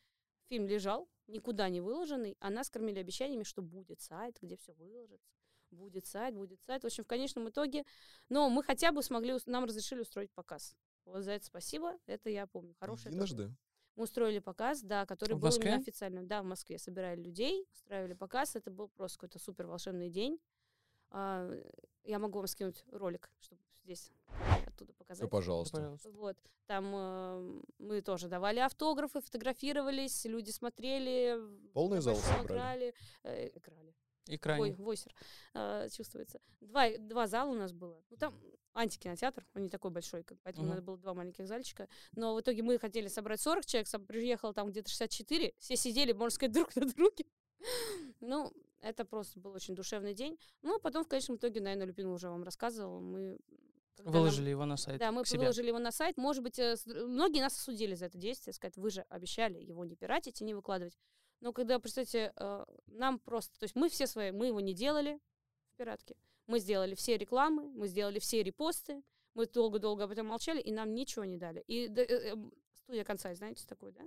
Speaker 2: Фильм лежал, никуда не выложенный, а нас кормили обещаниями, что будет сайт, где все выложится. Будет сайт, будет сайт. В общем, в конечном итоге, но мы хотя бы смогли, ус- нам разрешили устроить показ. Вот за это спасибо, это я помню. Хорошее тоже.
Speaker 4: Единожды.
Speaker 2: Мы устроили показ, да, который
Speaker 5: А В
Speaker 2: был
Speaker 5: Москве?
Speaker 2: именно официальным. Да, в Москве собирали людей, устраивали показ. Это был просто какой-то супер волшебный день. А, я могу вам скинуть ролик, чтобы здесь оттуда
Speaker 4: Да,
Speaker 2: показать.
Speaker 4: пожалуйста.
Speaker 5: Пожалуйста.
Speaker 2: Вот. Там э, мы тоже давали автографы, фотографировались, люди смотрели.
Speaker 4: Полный
Speaker 2: на
Speaker 4: зал
Speaker 2: большом
Speaker 4: собрали.
Speaker 2: экране, э, экране.
Speaker 5: И
Speaker 2: Ой,
Speaker 5: крайне.
Speaker 2: войсер э, чувствуется. Два, два зала у нас было. Ну, там антикинотеатр, он не такой большой, как, поэтому
Speaker 5: Мгм.
Speaker 2: надо было два маленьких зальчика. Но в итоге мы хотели собрать 40 человек, сам приехало там где-то 64, все сидели, можно сказать, друг на друге. (laughs) Ну, это просто был очень душевный день. Ну, а потом в конечном итоге, наверное, Люпина уже вам рассказывала, мы... когда нам-
Speaker 5: Выложили его на сайт.
Speaker 2: да, мы
Speaker 5: к себе.
Speaker 2: выложили его на сайт. Может быть, э, с- многие нас осудили за это действие, сказать, вы же обещали его не пиратить и не выкладывать. Но когда, представьте, э, нам просто... То есть мы все свои... Мы его не делали в пиратке. Мы сделали все рекламы, мы сделали все репосты, мы долго-долго об этом молчали, и нам ничего не дали. И да, э, э, м, студия конца, знаете, такую, да?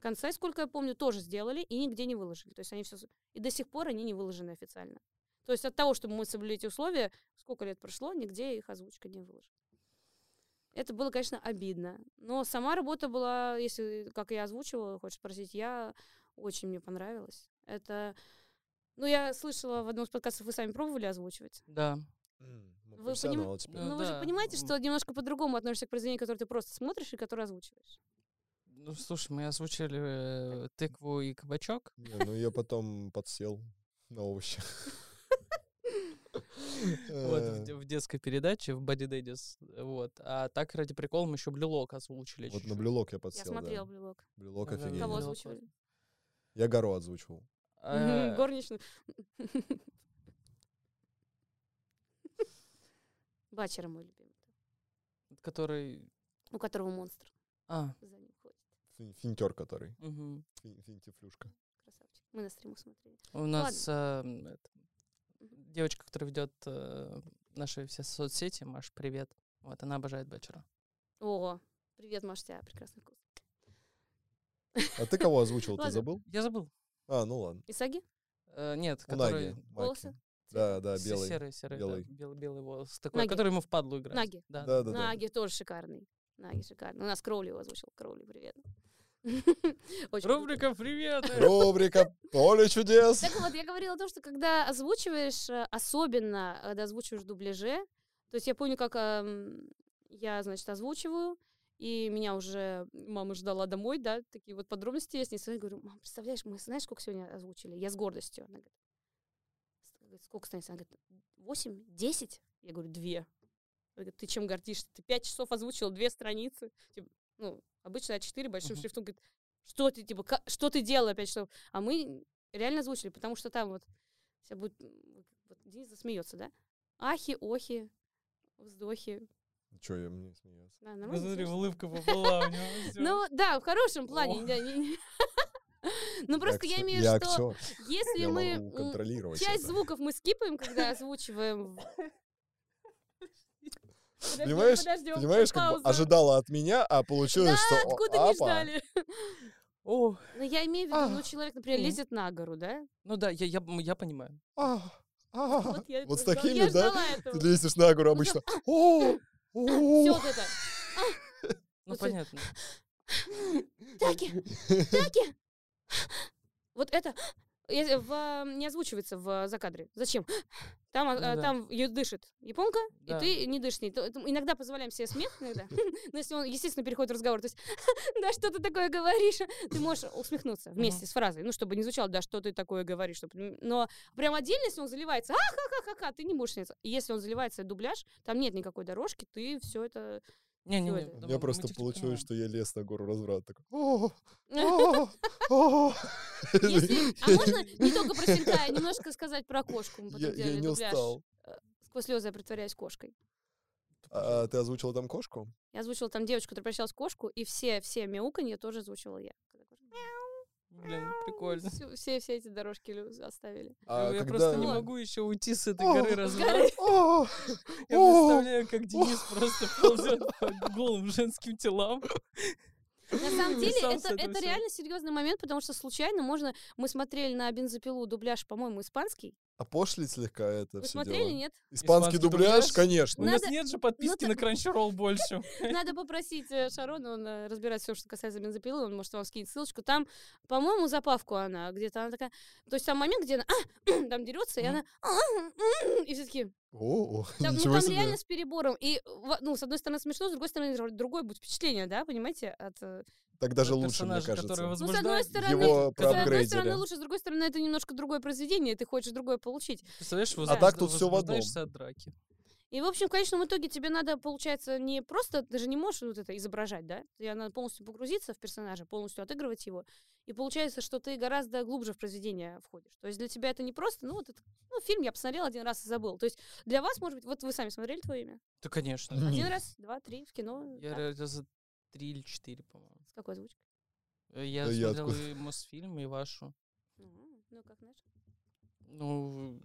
Speaker 2: Конца, сколько я помню, тоже сделали и нигде не выложили. То есть они все... И до сих пор они не выложены официально. То есть от того, чтобы мы соблюли эти условия, сколько лет прошло, нигде их озвучка не выложена. Это было, конечно, обидно. Но сама работа была, если, как я озвучивала, хочешь спросить, я очень мне понравилась. Это, ну, я слышала в одном из подкастов, вы сами пробовали озвучивать.
Speaker 5: Да.
Speaker 4: М, ну,
Speaker 2: Вы
Speaker 4: профессионалы теперь.
Speaker 5: Ну
Speaker 2: Ну, вы
Speaker 5: да.
Speaker 2: же понимаете,
Speaker 5: М.
Speaker 2: что немножко по-другому относишься к произведению, которое ты просто смотришь и которое озвучиваешь.
Speaker 5: Ну, слушай, мы озвучили э, тыкву и кабачок.
Speaker 4: Не, ну я потом подсел
Speaker 2: (laughs)
Speaker 4: на овощи.
Speaker 5: Вот, в,
Speaker 4: Э,
Speaker 5: де- в детской передаче, в Body Daddies, вот. А так, ради прикола, мы еще блюлок озвучили
Speaker 4: Вот на
Speaker 5: чуть-чуть.
Speaker 4: блюлок я
Speaker 2: Я
Speaker 4: подсел,
Speaker 2: смотрела
Speaker 4: да.
Speaker 2: блюлок.
Speaker 4: Блюлок
Speaker 5: Да, ну, да, да.
Speaker 2: Кого
Speaker 5: Блюлок
Speaker 4: офигенный.
Speaker 2: озвучивали?
Speaker 5: (laughs)
Speaker 4: Я гору озвучивал.
Speaker 2: (laughs)
Speaker 5: Э,
Speaker 2: Горничную. Бачера мой любимый,
Speaker 5: Который...
Speaker 2: у которого монстр
Speaker 5: А,
Speaker 2: за ним ходит.
Speaker 4: Финтер который.
Speaker 5: мгм.
Speaker 4: Фин- Финтифлюшка.
Speaker 2: Красавчик. Мы на стриму смотрели.
Speaker 5: У нас э, м, это, девочка, которая ведет э, наши все соцсети, Маш, привет. Вот, она обожает Бачера.
Speaker 2: О, привет, Маша, тебя прекрасный вкус.
Speaker 4: А ты кого озвучил, ты
Speaker 2: Ладно.
Speaker 4: забыл?
Speaker 5: Я забыл.
Speaker 4: А, ну ладно.
Speaker 2: Исаги?
Speaker 5: Э, нет,
Speaker 4: Унаги,
Speaker 5: который...
Speaker 4: Маки.
Speaker 2: Волосы?
Speaker 4: Да, да,
Speaker 5: Се-
Speaker 4: белый.
Speaker 5: Серый, серый, да,
Speaker 4: белый.
Speaker 5: белый, белый волос. Такой,
Speaker 2: Наги.
Speaker 5: который ему впадлу играть.
Speaker 2: Наги.
Speaker 5: Да.
Speaker 4: Да, да, да.
Speaker 2: Наги тоже шикарный. Наги шикарный. У нас Кроули его озвучил. Кроули, привет. (laughs) Очень круто. (laughs)
Speaker 5: Рубрика «Привет!»
Speaker 4: Рубрика «Поле чудес».
Speaker 2: Так вот, я говорила о том, что когда озвучиваешь, э, особенно когда озвучиваешь в дубляже, то есть я помню, как эм, я, значит, озвучиваю, и меня уже мама ждала домой, да, такие вот подробности я с ней свои говорю, мам, представляешь, мы знаешь, сколько сегодня озвучили? Я с гордостью. Она говорит, «С- говорит, сколько, Станислав? Она говорит, восемь, десять? Я говорю, две. Она говорит, ты чем гордишься? Ты пять часов озвучил, две страницы. Типа, ну, обычно А4 большим
Speaker 5: Мгм.
Speaker 2: шрифтом говорит, что ты, типа, ка- что ты делала пять часов? А мы реально озвучили, потому что там вот вся будет... м, вот Денис засмеется, да? Ахи, охи, вздохи.
Speaker 4: Че, я мне смеялся.
Speaker 2: Да,
Speaker 5: Ну,
Speaker 2: нормально
Speaker 5: смотри,
Speaker 2: слышно?
Speaker 5: улыбка поплыла у него. всё.
Speaker 2: Ну, да, в хорошем плане. да, не- не. (laughs) Ну, просто я имею в виду, что
Speaker 4: актер,
Speaker 2: если
Speaker 4: я
Speaker 2: мы...
Speaker 4: могу
Speaker 2: м,
Speaker 4: контролировать
Speaker 2: Часть
Speaker 4: это.
Speaker 2: звуков мы скипаем, когда озвучиваем. Подожди,
Speaker 4: Понимаешь-
Speaker 2: подождём,
Speaker 4: Понимаешь, как бы
Speaker 2: пауза.
Speaker 4: ожидала от меня, а получилось, что... о,
Speaker 2: Откуда не
Speaker 4: апа.
Speaker 2: ждали?
Speaker 5: О,
Speaker 2: Ну, я имею в виду, ну,
Speaker 5: Ах.
Speaker 2: человек, например,
Speaker 5: Мгм.
Speaker 2: лезет на гору,
Speaker 4: (laughs)
Speaker 2: да?
Speaker 5: ну да, я, я, м, я понимаю.
Speaker 4: А, а.
Speaker 2: Вот я
Speaker 4: Вот с
Speaker 2: этого ждала.
Speaker 4: такими,
Speaker 2: Я
Speaker 4: да,
Speaker 2: ждала этого.
Speaker 4: Ты лезешь на гору обычно. О,
Speaker 2: Всё
Speaker 4: о.
Speaker 2: вот это.
Speaker 5: Ну,
Speaker 2: Вот ты-
Speaker 5: понятно.
Speaker 3: Таки,
Speaker 5: (laughs)
Speaker 3: таки.
Speaker 2: Вот это я- в, а, не озвучивается в закадре. Зачем? Там, а,
Speaker 5: Ну
Speaker 2: а,
Speaker 5: да.
Speaker 2: там ее дышит японка, (laughs)
Speaker 5: Да.
Speaker 2: и ты не дышишь с ней. То- это мы иногда позволяем себе смех, иногда. (laughs) Но если он, естественно, переходит в разговор, то есть, (laughs) да, что ты такое говоришь, (laughs) ты можешь усмехнуться вместе с фразой, ну, чтобы не звучало, да, что ты такое говоришь. чтоб- Но прям отдельно, если он заливается, а-ха-ха-ха-ха, ты не будешь смеяться. И Если он заливается дубляж, там нет никакой дорожки, ты все это...
Speaker 5: Не-не-не.
Speaker 2: Всё это.
Speaker 5: да,
Speaker 4: У
Speaker 5: мы-
Speaker 4: меня
Speaker 5: мы
Speaker 4: просто
Speaker 5: типа
Speaker 4: получилось,
Speaker 5: понимаем.
Speaker 4: что я лез на гору разврата. такой,
Speaker 2: (laughs)
Speaker 4: «О, о, о».
Speaker 2: Если- А можно не только про щенка, а немножко сказать про кошку? Мы
Speaker 4: Я
Speaker 2: потом
Speaker 4: я
Speaker 2: делали
Speaker 4: не
Speaker 2: дубляж.
Speaker 4: устал.
Speaker 2: Сквозь слезы я притворяюсь кошкой.
Speaker 4: А, Ты озвучила там кошку?
Speaker 2: Я озвучила там девочку, которая прощалась в кошку, и все, все мяуканье тоже озвучила я. Когда кошка
Speaker 5: Блин,
Speaker 2: мяу,
Speaker 4: (laughs)
Speaker 5: прикольно.
Speaker 2: всё- Все, все эти дорожки лю- оставили.
Speaker 4: А
Speaker 5: я
Speaker 4: когда-
Speaker 5: просто не
Speaker 2: Вот.
Speaker 5: могу еще уйти с этой
Speaker 4: О,
Speaker 5: горы разврата.
Speaker 2: (laughs)
Speaker 4: О,
Speaker 5: Я
Speaker 4: о.
Speaker 5: представляю, как Денис просто ползет по голым женским телам.
Speaker 4: (laughs)
Speaker 2: На самом деле,
Speaker 5: Сам с
Speaker 2: это,
Speaker 5: этого
Speaker 2: это
Speaker 5: всего.
Speaker 2: реально серьезный момент, потому что случайно можно... Мы смотрели на бензопилу дубляж, по-моему, испанский.
Speaker 4: Опошлить А слегка это
Speaker 2: Вы
Speaker 4: все
Speaker 2: смотрели,
Speaker 4: дело.
Speaker 2: нет?
Speaker 4: Испанский
Speaker 5: Испанский
Speaker 4: дубляж,
Speaker 5: дубляж? У
Speaker 4: конечно.
Speaker 5: нас
Speaker 2: Надо-
Speaker 5: нет же подписки
Speaker 2: ну,
Speaker 5: на Crunchyroll больше.
Speaker 2: Надо попросить э, Шарона, он э, разбирает все, что касается бензопилы, он может вам скинет ссылочку. Там, по-моему, запавку она где-то, она такая... То есть там момент, где она (clears throat) а, там дерется, и она... (clears throat) и все таки
Speaker 4: О, (laughs)
Speaker 2: Там, ну,
Speaker 4: ничего
Speaker 2: там
Speaker 4: себе.
Speaker 2: реально с перебором. И, во- ну, с одной стороны смешно, с другой стороны др- другое будет впечатление, да, понимаете? От, э,
Speaker 4: Так даже лучше, мне
Speaker 5: Персонажа, который
Speaker 4: кажется.
Speaker 2: Ну, с одной
Speaker 5: возбуждает.
Speaker 2: стороны,
Speaker 4: Его
Speaker 2: с одной стороны
Speaker 4: проапгрейдили.
Speaker 2: лучше, с другой стороны это немножко другое произведение, и ты хочешь другое получить.
Speaker 5: Представляешь,
Speaker 2: А
Speaker 4: так тут всё в одном.
Speaker 5: возбуждаешься от драки.
Speaker 2: И, в общем, в конечном итоге тебе надо, получается, не просто, ты же не можешь вот это изображать, да? Тебе надо полностью погрузиться в персонажа, полностью отыгрывать его. И получается, что ты гораздо глубже в произведение входишь. То есть для тебя это не просто, ну, вот это, ну, фильм я посмотрел один раз и забыл. То есть для вас, может быть, вот вы сами смотрели твое имя?
Speaker 5: Да, конечно.
Speaker 2: Один
Speaker 4: Нет.
Speaker 2: раз, два, три, в кино.
Speaker 5: Я
Speaker 2: так,
Speaker 5: раза три или четыре, по-моему.
Speaker 2: С какой озвучкой?
Speaker 5: Э, Я
Speaker 4: Да А я
Speaker 5: смотрел
Speaker 4: откуда-
Speaker 5: и Мосфильм, и вашу.
Speaker 2: Ну, ну, как знаешь.
Speaker 5: Ну,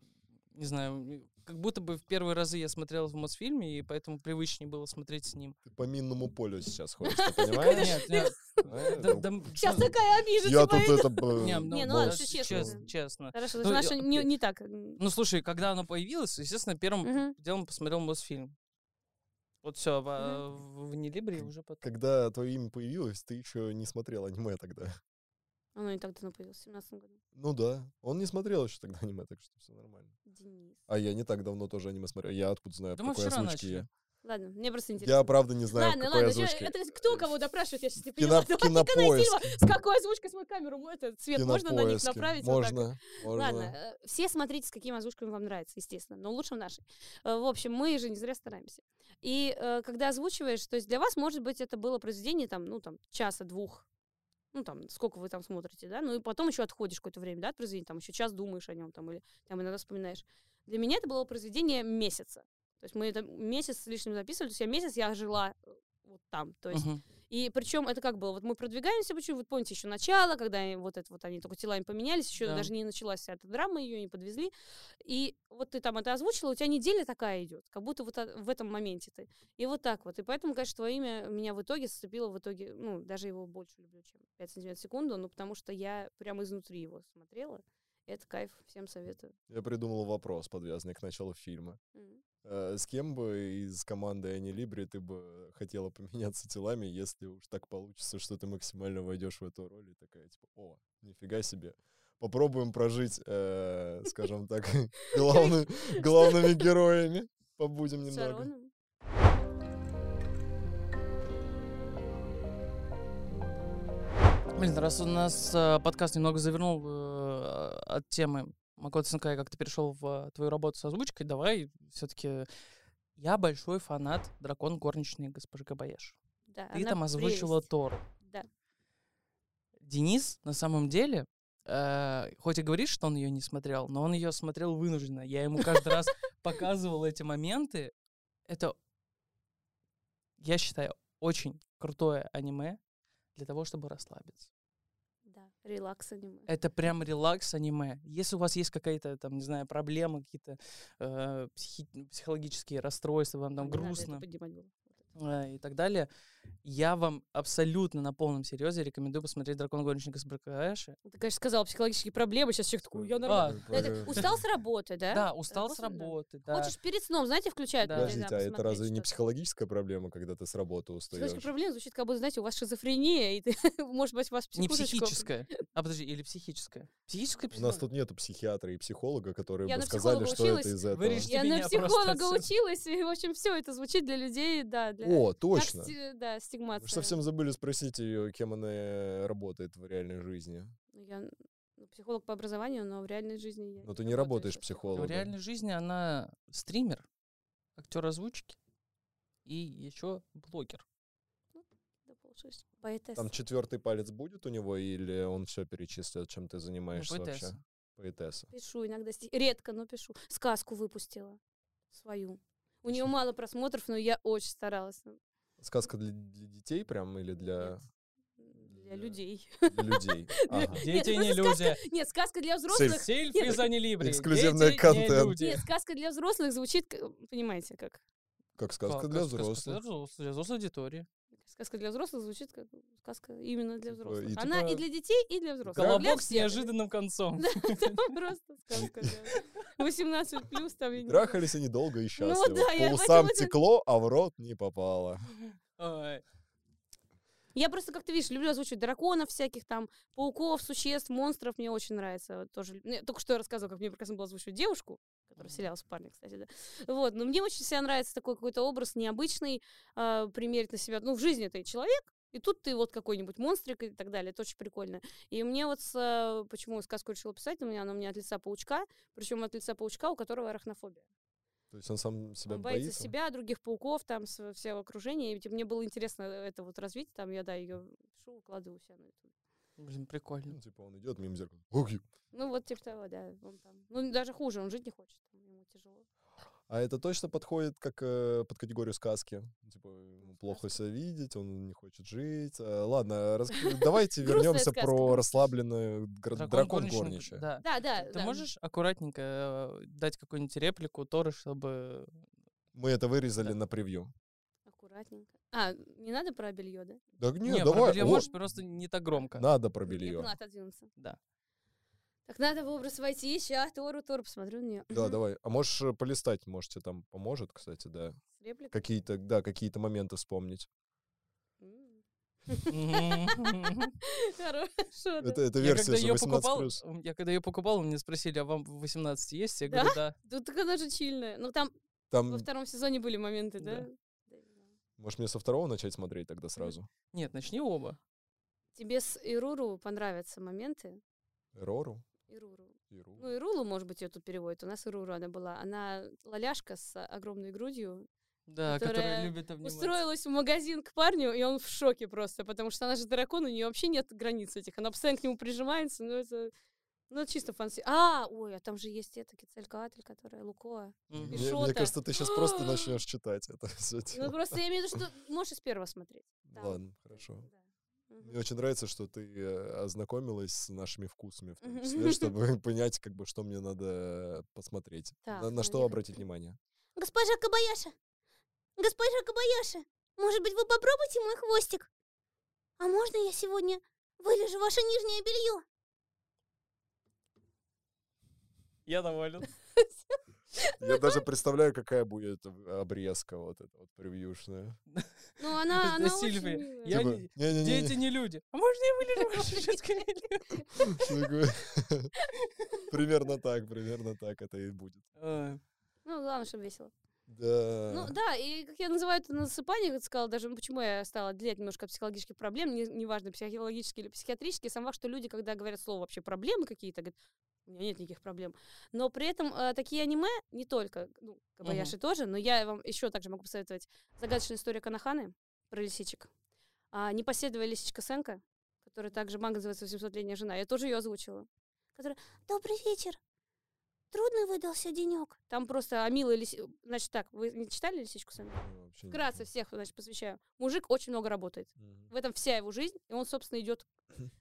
Speaker 5: не знаю, м, как будто бы в первые разы я смотрел в Мосфильме, и поэтому привычнее было смотреть с ним.
Speaker 4: Ты по минному полю
Speaker 2: (laughs)
Speaker 4: сейчас ходишь, ты понимаешь?
Speaker 5: Нет, нет,
Speaker 4: А,
Speaker 5: (laughs) да-
Speaker 4: ну,
Speaker 5: да м,
Speaker 2: Сейчас
Speaker 5: чё-
Speaker 2: такая обижа,
Speaker 4: Я тут
Speaker 2: (laughs)
Speaker 4: это... б-
Speaker 5: Не,
Speaker 2: Не, ну
Speaker 5: да,
Speaker 2: ладно,
Speaker 5: с-
Speaker 2: всё честно,
Speaker 5: честно.
Speaker 2: да.
Speaker 5: честно.
Speaker 2: Хорошо,
Speaker 5: Ну,
Speaker 2: значит,
Speaker 5: я-
Speaker 2: наша не, не так. м,
Speaker 5: Ну, слушай, когда оно появилось, естественно, первым
Speaker 2: мгм.
Speaker 5: делом посмотрел Мосфильм. Вот все, в, в Нелибре уже потом.
Speaker 4: Когда твое имя появилось, ты еще не смотрел аниме тогда. (laughs)
Speaker 2: Оно не так давно появилось, в 17 году.
Speaker 4: Ну да, он не смотрел еще тогда аниме, так что все нормально.
Speaker 2: Денис.
Speaker 4: А я не так давно тоже аниме смотрел. Я откуда знаю, в
Speaker 5: Да мы
Speaker 4: какой
Speaker 5: вчера
Speaker 4: озвучке
Speaker 5: начали.
Speaker 4: я.
Speaker 2: Ладно, мне просто интересно.
Speaker 4: Я правда не знаю, в
Speaker 2: ладно,
Speaker 4: какой
Speaker 2: ладно, чё,
Speaker 4: озвучке. Э,
Speaker 2: это кто кого допрашивает, я сейчас не
Speaker 4: Кино-
Speaker 2: поняла.
Speaker 4: кинопоиск. (laughs)
Speaker 2: С какой озвучкой свою камеру? Мы это цвет можно на них
Speaker 4: Кинопоиске.
Speaker 2: направить? вот так?
Speaker 4: Можно,
Speaker 2: Ладно,
Speaker 4: можно.
Speaker 2: э, все смотрите, с какими озвучками вам нравится, естественно, но лучше в нашей. Э, В общем, мы же не зря стараемся. И э, когда озвучиваешь, то есть для вас, может быть, это было произведение там, ну, там, часа-двух, ну, там, сколько вы там смотрите, да, ну, и потом еще отходишь какое-то время, да, от произведения, там, еще час думаешь о нем, там, или там иногда вспоминаешь. Для меня это было произведение месяца. То есть мы это месяц с лишним записывали, то есть я месяц, я жила э, вот там, то есть
Speaker 5: Мгм.
Speaker 2: и причем это как было? Вот мы продвигаемся, почему? Вот помните еще начало, когда и вот это вот они только телами поменялись, еще
Speaker 5: Да.
Speaker 2: даже не началась вся эта драма, ее не подвезли. И вот ты там это озвучила, у тебя неделя такая идет, как будто вот о- в этом моменте ты. И вот так вот. И поэтому, конечно, твое имя меня в итоге сцепило в итоге, ну, даже его больше люблю, чем 5 сантиметров в секунду, ну, потому что я прямо изнутри его смотрела. Это кайф, всем советую.
Speaker 4: Я придумал вопрос, подвязанный к началу фильма.
Speaker 2: М.
Speaker 4: Э, С кем бы из команды Ани Либри ты бы хотела поменяться телами, если уж так получится, что ты максимально войдешь в эту роль и такая, типа, о, нифига себе. Попробуем прожить, э,
Speaker 2: (laughs)
Speaker 4: скажем так, (laughs) главны- главными героями. Побудем
Speaker 2: С
Speaker 4: немного.
Speaker 2: Ароном.
Speaker 5: Блин, раз у нас э, подкаст немного завернул э, от темы Макото Синкай, как ты перешел в э, твою работу с озвучкой, давай все-таки... Я большой фанат «Дракон горничной госпожи Кабаеш».
Speaker 2: Да,
Speaker 5: Ты
Speaker 2: она
Speaker 5: там озвучила
Speaker 2: прелесть.
Speaker 5: Тору.
Speaker 2: Да.
Speaker 5: Денис, на самом деле, э, хоть и говорит, что он ее не смотрел, но он ее смотрел вынужденно. Я ему каждый раз показывал эти моменты. Это, я считаю, очень крутое аниме для того, чтобы расслабиться.
Speaker 2: Да, релакс аниме.
Speaker 5: Это прям релакс аниме. Если у вас есть какая-то, там, не знаю, проблема, какие-то э, психи- психологические расстройства, вам там
Speaker 2: Не надо это
Speaker 5: грустно,
Speaker 2: поднимать было.
Speaker 5: э, и так далее, я вам абсолютно на полном серьезе рекомендую посмотреть «Дракон горничника с
Speaker 2: Ты, конечно, сказал психологические проблемы, сейчас человек такой, я нормально.
Speaker 5: А,
Speaker 2: Да, это
Speaker 4: э,
Speaker 2: устал с работы, да?
Speaker 5: да, устал с
Speaker 2: Работа, да.
Speaker 5: работы, да.
Speaker 2: Хочешь перед сном, знаете, включают.
Speaker 5: Да.
Speaker 4: Подождите, а это разве не
Speaker 2: психологическая?
Speaker 4: психологическая проблема, когда ты с работы
Speaker 2: Психологическая
Speaker 4: устаешь?
Speaker 2: проблема звучит, как будто, знаете, у вас шизофрения, и ты, (laughs) может быть, вас
Speaker 5: Не
Speaker 2: психушечка-
Speaker 5: психическое. А подожди, или психическое? Психическое
Speaker 4: У нас
Speaker 5: психо-
Speaker 4: тут нету психиатра и психолога, которые
Speaker 2: Я
Speaker 4: бы
Speaker 2: на
Speaker 4: сказали,
Speaker 2: психолога
Speaker 4: что это
Speaker 2: училась.
Speaker 4: из этого.
Speaker 5: Вырежьте
Speaker 2: Я на
Speaker 5: меня просто
Speaker 2: психолога
Speaker 5: отсюда.
Speaker 2: училась, и, в общем, все это звучит для людей, да, для...
Speaker 4: О,
Speaker 2: как
Speaker 4: точно.
Speaker 2: сти- Да,
Speaker 4: Мы
Speaker 2: стигмация.
Speaker 4: ж совсем забыли спросить ее, кем она э, работает в реальной жизни.
Speaker 2: Ну, Я ну, психолог по образованию, но в реальной жизни я
Speaker 4: Но Ну, ты не работаешь
Speaker 2: со
Speaker 5: В
Speaker 4: психологом.
Speaker 5: реальной жизни она стример, актер озвучки и еще блогер.
Speaker 2: Да, получилось. Поэтесса.
Speaker 4: Там четвертый палец будет у него, или он все перечислил, чем ты
Speaker 5: ну,
Speaker 4: занимаешься вообще?
Speaker 5: (laughs) поэтесса.
Speaker 4: Поэтесса.
Speaker 2: Пишу иногда, сти- редко, но пишу. Сказку выпустила свою. У нее мало просмотров, но я очень старалась. Ну,
Speaker 4: Сказка для, для детей прям или для,
Speaker 2: Нет,
Speaker 4: Для-
Speaker 2: для людей. (laughs)
Speaker 4: для людей? Ага.
Speaker 5: Дети
Speaker 2: Нет, ну
Speaker 5: не
Speaker 2: просто
Speaker 5: люди.
Speaker 2: Нет, сказка для взрослых.
Speaker 5: Сельфи за нелибри.
Speaker 4: Эксклюзивный
Speaker 5: Дети не
Speaker 4: контент.
Speaker 5: люди.
Speaker 2: Нет, сказка для взрослых звучит, к- понимаете, как
Speaker 4: Как
Speaker 5: Как-
Speaker 4: сказка для
Speaker 5: как сказка Для
Speaker 4: взрослых.
Speaker 5: взрослых, для взрослой аудитории.
Speaker 2: сказка для взрослых звучит как сказка именно для
Speaker 4: Типа, и
Speaker 2: взрослых. Она и
Speaker 4: типа-
Speaker 2: для детей, и для взрослых. для
Speaker 5: Колобок с
Speaker 2: всех.
Speaker 5: неожиданным концом.
Speaker 2: Да, там (laughs) просто сказка. да.
Speaker 4: (laughs)
Speaker 2: 18 плюс там. я не знаю.
Speaker 4: Трахались они долго и счастливо.
Speaker 2: да, я
Speaker 4: По
Speaker 2: вот
Speaker 4: усам
Speaker 2: это-
Speaker 4: текло, а в рот не попало.
Speaker 5: Ой,
Speaker 2: Я просто как-то, видишь, люблю озвучивать драконов всяких там, пауков, существ, монстров. Мне очень нравится. вот тоже. Ну, я Только что я рассказывала, как мне прекрасно было озвучивать девушку, которая вселялась в парня, кстати, да. Вот, но мне очень всегда нравится такой какой-то образ необычный, а, примерить на себя. Ну, в жизни ты человек, и тут ты вот какой-нибудь монстрик и так далее. Это очень прикольно. И мне вот, с, э, почему я сказку решила писать, у меня она у меня от лица паучка, причем от лица паучка, у которого арахнофобия.
Speaker 4: То есть он сам себя
Speaker 2: Он боится
Speaker 4: боится?
Speaker 2: себя, других пауков, там, своего всего окружения. И типа, мне было интересно это вот развить. Там я, да, ее пишу, укладываю у себя на YouTube.
Speaker 5: Блин,
Speaker 4: Ну,
Speaker 5: прикольно.
Speaker 4: типа он идет мимо зеркала. «Ой».
Speaker 2: Ну, вот типа того, да. Он там. Ну, даже хуже, он жить не хочет. там Ему тяжело.
Speaker 4: А это точно подходит как э, под категорию сказки? Типа ему плохо себя видеть, он не хочет жить. Э, ладно, рас- давайте
Speaker 2: Грустная
Speaker 4: вернемся
Speaker 2: сказка.
Speaker 4: про расслабленную гр- дракон
Speaker 5: горничный,
Speaker 4: горничая.
Speaker 5: Да.
Speaker 2: Да, да.
Speaker 5: Ты
Speaker 2: А, да.
Speaker 5: можешь аккуратненько э, дать какую-нибудь реплику Торы, чтобы...
Speaker 4: Мы это вырезали
Speaker 5: Да.
Speaker 4: на превью.
Speaker 2: Аккуратненько. А, не надо про белье, да?
Speaker 4: Да не,
Speaker 5: Не, про
Speaker 4: давай.
Speaker 5: белье
Speaker 4: о,
Speaker 5: можешь просто не так громко.
Speaker 4: Надо про
Speaker 2: Я
Speaker 4: белье.
Speaker 2: поняла, отодвинуться.
Speaker 5: Да.
Speaker 2: Так надо в образ войти. Сейчас, Тору, Тору, посмотрю на нее.
Speaker 4: Да, давай. А можешь э, полистать, может, тебе там поможет, кстати, да.
Speaker 2: Реплика.
Speaker 4: Какие-то, да, какие-то моменты вспомнить.
Speaker 2: М. (laughs)
Speaker 5: Мгм.
Speaker 2: Хорошо, да.
Speaker 4: Это, это
Speaker 5: Я когда
Speaker 4: версия
Speaker 5: ее
Speaker 4: 18
Speaker 5: покупал, м, я когда ее покупал, мне спросили, а вам 18 есть? Я говорю, да.
Speaker 2: Ну, так она же чильная. Ну, там во
Speaker 4: Там,
Speaker 2: втором сезоне были моменты,
Speaker 5: Да.
Speaker 2: да? Да, не знаю.
Speaker 4: может, мне со второго начать смотреть тогда сразу?
Speaker 5: Нет, начни оба.
Speaker 2: Тебе с Ируру понравятся моменты.
Speaker 4: Рору?
Speaker 2: Ируру.
Speaker 4: Иру?
Speaker 2: Ну, и Рулу, может быть, ее тут переводят. У нас и Руру она была. Она лоляшка с огромной грудью.
Speaker 5: Да,
Speaker 2: Которая
Speaker 5: которые любят обниматься.
Speaker 2: Устроилась в магазин к парню, и он в шоке просто, потому что она же дракон, у нее вообще нет границ этих. Она постоянно к нему прижимается, но это... Ну, это чисто фанси. А, ой, а там же есть эта Кецалькаатль, которая Лукоа.
Speaker 5: Мгм.
Speaker 4: Мне,
Speaker 2: Шота.
Speaker 4: мне кажется, ты сейчас просто
Speaker 2: (gasps)
Speaker 4: начнешь читать это (laughs) все
Speaker 2: Ну, просто я имею в виду, что можешь из первого смотреть. да.
Speaker 4: Ладно, хорошо.
Speaker 2: Да. Мгм.
Speaker 4: Мне очень нравится, что ты э, ознакомилась с нашими вкусами, в том
Speaker 2: (laughs)
Speaker 4: числе, чтобы (laughs) понять, как бы, что мне надо э, посмотреть,
Speaker 2: Так,
Speaker 4: на, на
Speaker 2: ну,
Speaker 4: что
Speaker 2: я-
Speaker 4: обратить внимание.
Speaker 3: Госпожа Кабаяша! Госпожа Кабаяша! Может быть, вы попробуйте мой хвостик? А можно я сегодня вылежу ваше нижнее белье?
Speaker 5: Я доволен.
Speaker 2: (laughs)
Speaker 4: Я даже представляю, какая будет обрезка вот эта вот превьюшная.
Speaker 2: Ну, она, она очень
Speaker 5: Сильвия,
Speaker 2: милая.
Speaker 5: Я
Speaker 4: Типа,
Speaker 5: не-
Speaker 4: «Не-не-не-не». (laughs)
Speaker 5: Дети не люди. А можно я
Speaker 2: (laughs)
Speaker 5: вылежу вашу женскую (laughs)
Speaker 4: Такой, (laughs) Примерно так, примерно так это и будет.
Speaker 5: Ой,
Speaker 2: Ну, главное, чтобы весело. Ну,
Speaker 4: Да.
Speaker 2: да, и как я называю это насыпание, как ты сказала, даже ну, почему я стала отделять немножко от психологических проблем, не- неважно, психологические или психиатрические, сам факт, что люди, когда говорят слово вообще проблемы какие-то, говорят, у меня нет никаких проблем. Но при этом э, такие аниме, не только, ну, Кабаяши тоже, но я вам еще также могу посоветовать «Загадочная история Канаханы» про лисичек. А, «Непоседовая лисичка Сенка», которая также манга называется «800-летняя жена», я тоже ее озвучила.
Speaker 3: Добрый вечер. Трудный выдался денек.
Speaker 2: Там просто Амила лиси... Значит так, вы не читали «Лисичку Сенку»?
Speaker 4: Ну, вообще не
Speaker 2: Вкратце
Speaker 4: знаю.
Speaker 2: всех, значит, посвящаю. Мужик очень много работает.
Speaker 4: Мгм.
Speaker 2: В этом вся его жизнь, и он, собственно, идет.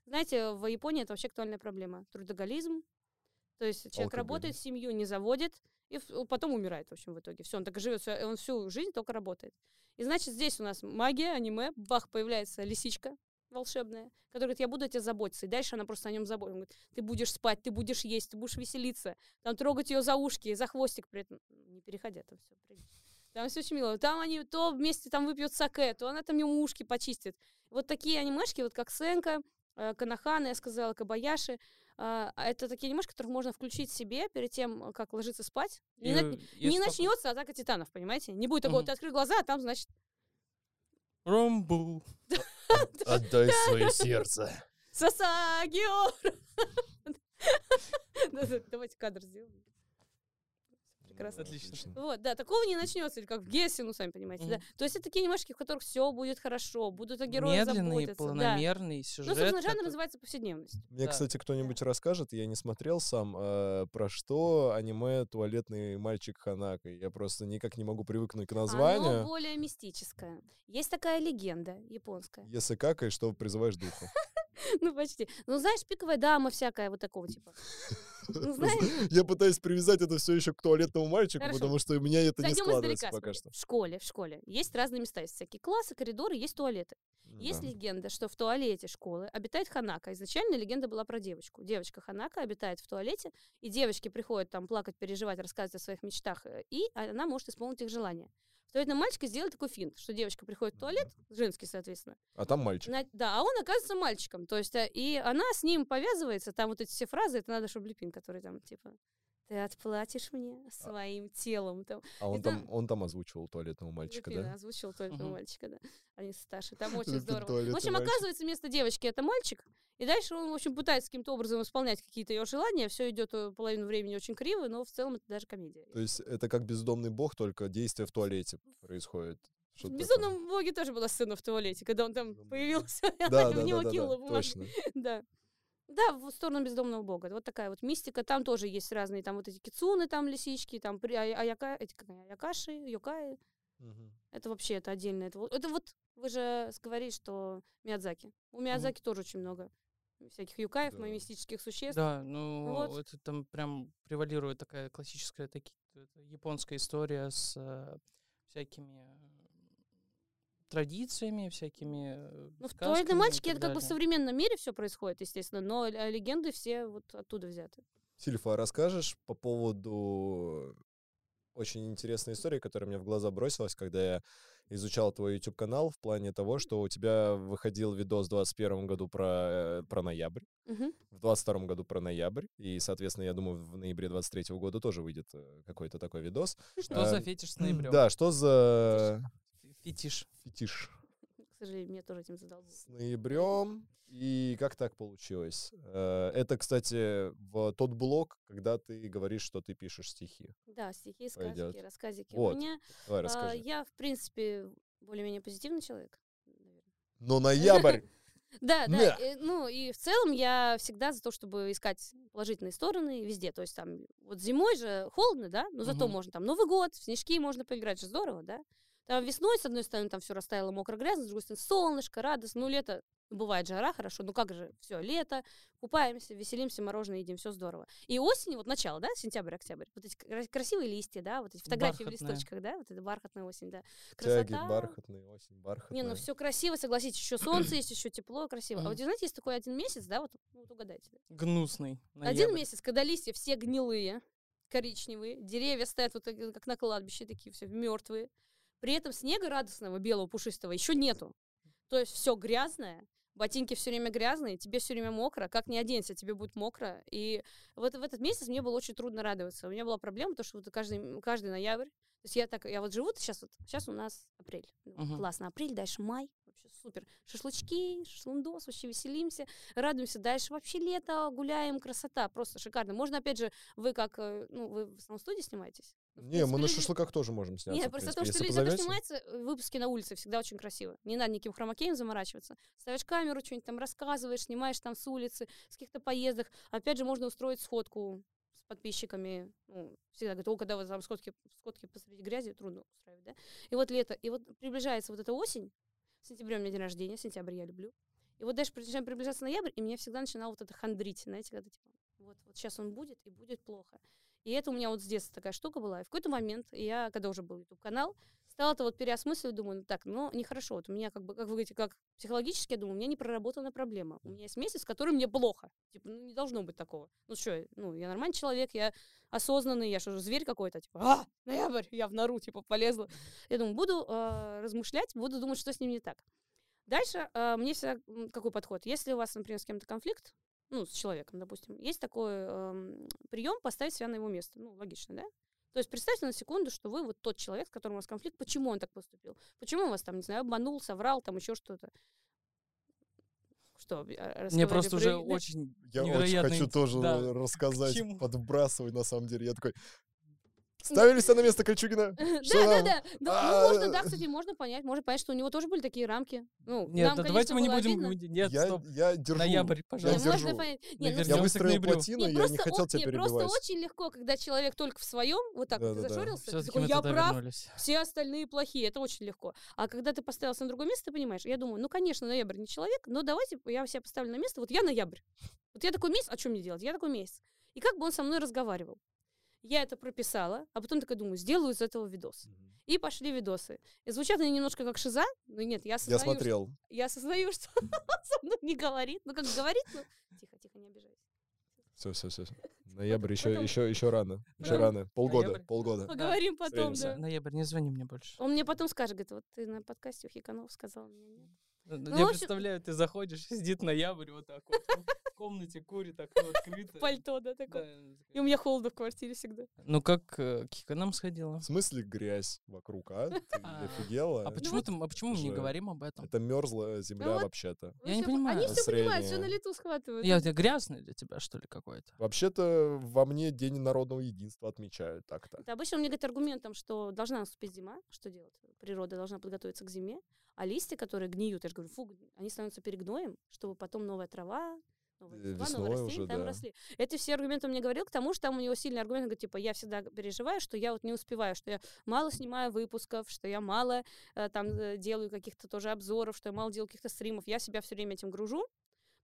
Speaker 2: Знаете, в Японии это вообще актуальная проблема. Трудоголизм. То есть человек
Speaker 4: Алкоголизм.
Speaker 2: работает, семью не заводит, и в- потом умирает, в общем, в итоге. Все, он так и живет, всё, он всю жизнь только работает. И значит, здесь у нас магия, аниме, бах, появляется лисичка волшебная, которая говорит, я буду о тебе заботиться. И дальше она просто о нем заботится. Он говорит, ты будешь спать, ты будешь есть, ты будешь веселиться. Там трогать ее за ушки, за хвостик при этом. Не переходя, там все. Там все очень мило. Там они то вместе там выпьют саке, то она там ему ушки почистит. Вот такие анимешки, вот как Сенка, э, Канахана, я сказала, Кабаяши, а, а это такие анимешки, которых можно включить себе перед тем, э, как ложиться спать. Не,
Speaker 5: и,
Speaker 2: на-
Speaker 5: э,
Speaker 2: не
Speaker 5: есть такой-
Speaker 2: начнется атака титанов, понимаете? Не будет такого,
Speaker 5: Мгм.
Speaker 2: ты открыл глаза, а там, значит,
Speaker 5: Ромбу.
Speaker 4: Отдай
Speaker 2: (laughs)
Speaker 4: свое сердце.
Speaker 2: Сасагио! (laughs) Давайте кадр сделаем. Прекрасно.
Speaker 5: Отлично.
Speaker 2: Вот, да, такого не начнется, или как в Гессе, ну, сами понимаете, да.
Speaker 5: Мгм.
Speaker 2: То есть это такие анимешки, в которых все будет хорошо, будут о героях
Speaker 5: Медленный,
Speaker 2: заботиться. да.
Speaker 5: планомерный
Speaker 2: Ну,
Speaker 5: сюжет.
Speaker 2: собственно, жанр
Speaker 5: который-
Speaker 2: называется повседневность.
Speaker 4: Мне,
Speaker 5: Да.
Speaker 4: кстати, кто-нибудь расскажет, я не смотрел сам, э, про что аниме «Туалетный мальчик Ханако». Я просто никак не могу
Speaker 2: А,
Speaker 4: привыкнуть к
Speaker 2: ну, Оно
Speaker 4: названию.
Speaker 2: более мистическое. Есть такая легенда японская. (laughs)
Speaker 4: Если какаешь, что призываешь духа.
Speaker 2: Ну, почти. Ну, знаешь, пиковая дама всякая вот такого типа. (laughs)
Speaker 4: (laughs)
Speaker 2: Ну, знаешь,
Speaker 4: Я пытаюсь привязать это все еще к туалетному мальчику,
Speaker 2: Хорошо.
Speaker 4: потому что у меня это не
Speaker 2: зайдем
Speaker 4: складывается
Speaker 2: издалека.
Speaker 4: пока
Speaker 2: смотри.
Speaker 4: что.
Speaker 2: В школе, в школе. Есть разные места. Есть всякие классы, коридоры, есть туалеты. Есть
Speaker 4: Да.
Speaker 2: легенда, что в туалете школы обитает Ханака. Изначально легенда была про девочку. Девочка Ханака обитает в туалете, и девочки приходят там плакать, переживать, рассказывать о своих мечтах, э, и она может исполнить их желания. В туалетном мальчике сделали такой финт, что девочка приходит в туалет, женский, соответственно,
Speaker 4: А там мальчик.
Speaker 2: на- да, а он оказывается мальчиком, то есть, э, и она с ним повязывается, там вот эти все фразы, это надо, чтобы Липин, который там, типа, ты отплатишь мне своим телом, там,
Speaker 4: А он
Speaker 2: это-
Speaker 4: там, он там озвучивал туалетного мальчика,
Speaker 2: Люпина
Speaker 4: да?
Speaker 2: озвучил только
Speaker 5: Мгм.
Speaker 2: мальчика, да. Они старше.
Speaker 4: (laughs)
Speaker 2: Там очень
Speaker 4: Люпин
Speaker 2: здорово.
Speaker 4: туалет и
Speaker 2: В общем,
Speaker 4: мальчик.
Speaker 2: оказывается, вместо девочки это мальчик. И дальше он, в общем, пытается каким-то образом исполнять какие-то ее желания. Все идет половину времени очень криво, но в целом это даже комедия.
Speaker 4: То есть это как бездомный бог, только действие в туалете происходит.
Speaker 2: В
Speaker 4: Что-то такое.
Speaker 2: «Безумном боге» тоже была сцена в туалете, когда он там
Speaker 4: Безумный бог.
Speaker 2: появился, (laughs) и
Speaker 4: Да,
Speaker 2: она
Speaker 4: да,
Speaker 2: в него
Speaker 4: да, да,
Speaker 2: кинула
Speaker 4: да,
Speaker 2: бумажку.
Speaker 4: точно.
Speaker 2: (laughs) Да. Да, в сторону бездомного бога. Вот такая вот мистика. Там тоже есть разные, там вот эти кицуны, там лисички, там при- ая- аяка- эти, как они, аякаши, юкаи.
Speaker 4: Мгм.
Speaker 2: Это вообще, это отдельно. Это, вот- это вот, вы же говорили, что Миядзаки. У Миядзаки тоже очень много всяких юкаев,
Speaker 4: Да.
Speaker 2: мистических существ.
Speaker 5: Да, ну
Speaker 2: Вот.
Speaker 5: это там прям превалирует такая классическая таки, это японская история с э, всякими э, традициями, всякими. э,
Speaker 2: Ну, в
Speaker 5: сказками
Speaker 2: «Туалетном
Speaker 5: и
Speaker 2: мальчике»
Speaker 5: так
Speaker 2: это как бы в
Speaker 5: далее.
Speaker 2: современном мире все происходит, естественно, но л- а, легенды все вот оттуда взяты.
Speaker 4: Сильфа, а расскажешь по поводу очень интересной истории, которая мне в глаза бросилась, когда я изучал твой YouTube-канал в плане того, что у тебя выходил видос в 2021 году про, э, про ноябрь,
Speaker 2: Мгм.
Speaker 4: в 2022 году про ноябрь, и, соответственно, я думаю, в ноябре 2023 года тоже выйдет э, какой-то такой видос.
Speaker 5: Что за
Speaker 4: Э, (clears throat)
Speaker 5: фетиш с ноябрем?
Speaker 4: Да, что за
Speaker 5: Ф- Фетиш.
Speaker 4: фетиш?
Speaker 2: К сожалению, меня тоже этим задолбал.
Speaker 4: с ноябрем. И как так получилось? Э, Это, кстати, в тот блок, когда ты говоришь, что ты пишешь стихи.
Speaker 2: Да, стихи, сказки,
Speaker 4: Пойдёт.
Speaker 2: рассказики.
Speaker 4: Вот,
Speaker 2: У меня,
Speaker 4: Давай
Speaker 2: а,
Speaker 4: расскажи.
Speaker 2: я, в принципе, более-менее позитивный человек. наверное. (laughs)
Speaker 4: Но Ну, ноябрь!
Speaker 2: Да, да.
Speaker 4: Да.
Speaker 2: э, Ну, и в целом я всегда за то, чтобы искать положительные стороны везде. То есть там вот зимой же холодно, да, но зато
Speaker 5: Мгм.
Speaker 2: можно там Новый год, в снежки можно поиграть, же здорово, да. Там весной, с одной стороны, там все растаяло мокро грязно, с другой стороны, солнышко, радость. Ну, лето, ну, бывает жара, хорошо, ну как же, все, лето, купаемся, веселимся, мороженое едим, все здорово. И осень, вот начало, да, сентябрь, октябрь, вот эти кра- красивые листья, да, вот эти фотографии в
Speaker 5: Бархатная.
Speaker 2: листочках, да, вот эта бархатная осень, да.
Speaker 4: Тяги,
Speaker 2: Красота.
Speaker 4: бархатные, осень, бархатные.
Speaker 2: Не, ну все красиво, согласитесь, еще солнце есть, еще тепло, красиво. А вот знаете, есть такой один месяц, да, вот, ну, вот угадайте.
Speaker 5: Гнусный.
Speaker 2: Один
Speaker 5: ноябрь.
Speaker 2: месяц, когда листья все гнилые, коричневые, деревья стоят вот так, как на кладбище, такие все мертвые. При этом снега радостного, белого, пушистого еще нету. То есть все грязное, ботинки все время грязные, тебе все время мокро, как не оденься, тебе будет мокро. И вот в этот месяц мне было очень трудно радоваться. У меня была проблема, то что вот каждый, каждый ноябрь, то есть я так, я вот живу, сейчас вот, сейчас у нас апрель. Думаю,
Speaker 5: Мгм.
Speaker 2: Классно, апрель, дальше май, вообще супер. Шашлычки, шашлындос, вообще веселимся, радуемся. Дальше вообще лето, гуляем, красота, просто шикарно. Можно, опять же, вы как, э, ну, вы в основном в студии снимаетесь? Ну, В
Speaker 4: Не, мы
Speaker 2: принципе,
Speaker 4: на
Speaker 2: люди-
Speaker 4: шашлыках тоже можем сняться.
Speaker 2: нет,
Speaker 4: в
Speaker 2: просто
Speaker 4: принципе.
Speaker 2: то, что
Speaker 4: Если
Speaker 2: люди, которые
Speaker 4: позовете.
Speaker 2: снимаются, э, выпуски на улице всегда очень красиво. Не надо никаким хромакеем заморачиваться. Ставишь камеру, что-нибудь там рассказываешь, снимаешь там с улицы, с каких-то поездок. Опять же, можно устроить сходку с подписчиками. Ну, всегда говорят, о, когда вы там сходки, сходки посреди грязи, трудно устраивать, да? И вот лето, и вот приближается вот эта осень, в сентябре у меня день рождения, сентябрь я люблю. И вот дальше начинаем приближаться ноябрь, и мне всегда начинало вот это хандрить, знаете, когда типа, вот, вот сейчас он будет, и будет плохо. И это у меня вот с детства такая штука была. И в какой-то момент я, когда уже был YouTube-канал, стала это вот переосмысливать, думаю, ну так, ну нехорошо. Вот у меня как бы, как вы говорите, как психологически, я думаю, у меня не проработана проблема. У меня есть месяц, в котором мне плохо. Типа, ну не должно быть такого. Ну что, ну я нормальный человек, я осознанный, я что, зверь какой-то? Типа, а, ноябрь, я в нору, типа, полезла. Я думаю, буду э, размышлять, буду думать, что с ним не так. Дальше э, мне всегда м, какой подход? Если у вас, например, с кем-то конфликт, ну, с человеком, допустим, есть такой прием поставить себя на его место. Ну, логично, да? То есть представьте на секунду, что вы вот тот человек, с которым у вас конфликт, почему он так поступил? Почему он вас там, не знаю, обманул, соврал, там еще что-то? Что? а,
Speaker 5: Мне просто уже
Speaker 2: рассказали про-
Speaker 5: очень
Speaker 4: Я очень
Speaker 5: невероятно
Speaker 4: хочу
Speaker 5: ин-
Speaker 4: тоже э,
Speaker 5: да.
Speaker 4: рассказать,
Speaker 5: чему?
Speaker 4: подбрасывать на самом деле. Я такой,
Speaker 2: Ну,
Speaker 4: ставили себя на место Кольчугина?
Speaker 2: (laughs)
Speaker 4: Что
Speaker 2: Да, да,
Speaker 4: там?
Speaker 2: да. Ну,
Speaker 4: А.
Speaker 2: ну, можно, да, кстати, можно понять. Можно понять, что у него тоже были такие рамки. Ну,
Speaker 5: Нет,
Speaker 2: нам, конечно,
Speaker 5: да давайте мы не
Speaker 2: было
Speaker 5: будем...
Speaker 2: обидно.
Speaker 5: мы- Нет,
Speaker 4: Я-
Speaker 5: стоп.
Speaker 4: Я держу.
Speaker 5: Ноябрь,
Speaker 2: Не,
Speaker 5: пожалуйста.
Speaker 4: держу.
Speaker 2: можно понять. Не, ну,
Speaker 5: Я
Speaker 4: Я
Speaker 5: вернёмся к
Speaker 4: выстроил
Speaker 5: ноябрю.
Speaker 4: плотину,
Speaker 2: не,
Speaker 4: я не
Speaker 2: просто
Speaker 4: хотел
Speaker 2: о-
Speaker 4: тебя
Speaker 2: не, просто
Speaker 4: перебивать.
Speaker 2: очень легко, когда человек только в своем, вот так вот
Speaker 4: Да-да-да.
Speaker 2: зашорился, ты
Speaker 5: Все-таки
Speaker 2: такой,
Speaker 5: мы
Speaker 2: я
Speaker 5: туда
Speaker 2: прав,
Speaker 5: вернулись.
Speaker 2: все остальные плохие, это очень легко. А когда ты поставился на другое место, ты понимаешь, я думаю, ну, конечно, ноябрь не человек, но давайте я себя поставлю на место, вот я ноябрь. Вот я такой месяц, а что мне делать? Я такой месяц. И как бы он со мной разговаривал. Я это прописала, а потом такая думаю, сделаю из этого видос. И пошли видосы. И звучат они немножко как шиза, но нет, я
Speaker 4: Я
Speaker 2: осознаю, что-
Speaker 4: смотрел.
Speaker 2: я осознаю, (laughs) что он со мной не говорит. Ну, как говорит, ну... Тихо, тихо, не обижайся.
Speaker 4: Все, все, все. Ноябрь еще,
Speaker 2: потом-
Speaker 4: еще, еще рано. Еще
Speaker 5: Потом-
Speaker 4: рано. Полгода,
Speaker 5: Ноябрь.
Speaker 4: полгода.
Speaker 2: Поговорим потом,
Speaker 4: встретимся.
Speaker 2: да.
Speaker 5: Ноябрь, не звони мне больше.
Speaker 2: Он мне потом скажет, говорит, вот ты на подкасте у Хиканов сказал,
Speaker 5: (laughs)
Speaker 2: меня нет. Ну, в
Speaker 5: Ну, я
Speaker 2: общем-
Speaker 5: представляю, ты заходишь, (laughs) сидит ноябрь вот так вот. В комнате курит
Speaker 2: (laughs)
Speaker 5: окно открыто.
Speaker 2: Пальто, да,
Speaker 5: Да,
Speaker 2: такое.
Speaker 5: и
Speaker 2: И у меня холодно в квартире всегда.
Speaker 5: Ну как э, Кика нам сходила?
Speaker 4: В смысле грязь вокруг, а? Ты не
Speaker 5: А.
Speaker 4: офигела?
Speaker 5: А почему, ты, а почему мы не
Speaker 4: уже-
Speaker 5: говорим об этом?
Speaker 4: Это мерзлая земля
Speaker 2: Ну вот-
Speaker 4: вообще-то.
Speaker 2: Вы
Speaker 5: Я не
Speaker 2: Ну, всё по-
Speaker 5: понимаю.
Speaker 2: Они все понимают, все на
Speaker 4: Среднее.
Speaker 2: лету схватывают.
Speaker 5: Я, я грязный для тебя, что ли, какой-то?
Speaker 4: Вообще-то во мне День народного единства отмечают так-то.
Speaker 2: Это обычно он мне говорит аргументом, что должна наступить зима, что делать? Природа должна подготовиться к зиме, а листья, которые гниют, я же говорю, фу, гни- они становятся перегноем, чтобы потом новая трава, новая
Speaker 4: Э,
Speaker 2: трава,
Speaker 4: весной
Speaker 2: новые растения
Speaker 4: уже,
Speaker 2: там
Speaker 4: да.
Speaker 2: росли. Эти все аргументы он мне говорил, к тому что там у него сильный аргумент, говорит, типа, я всегда г- переживаю, что я вот не успеваю, что я мало снимаю выпусков, что я мало э, там э, делаю каких-то тоже обзоров, что я мало делаю каких-то стримов, я себя все время этим гружу,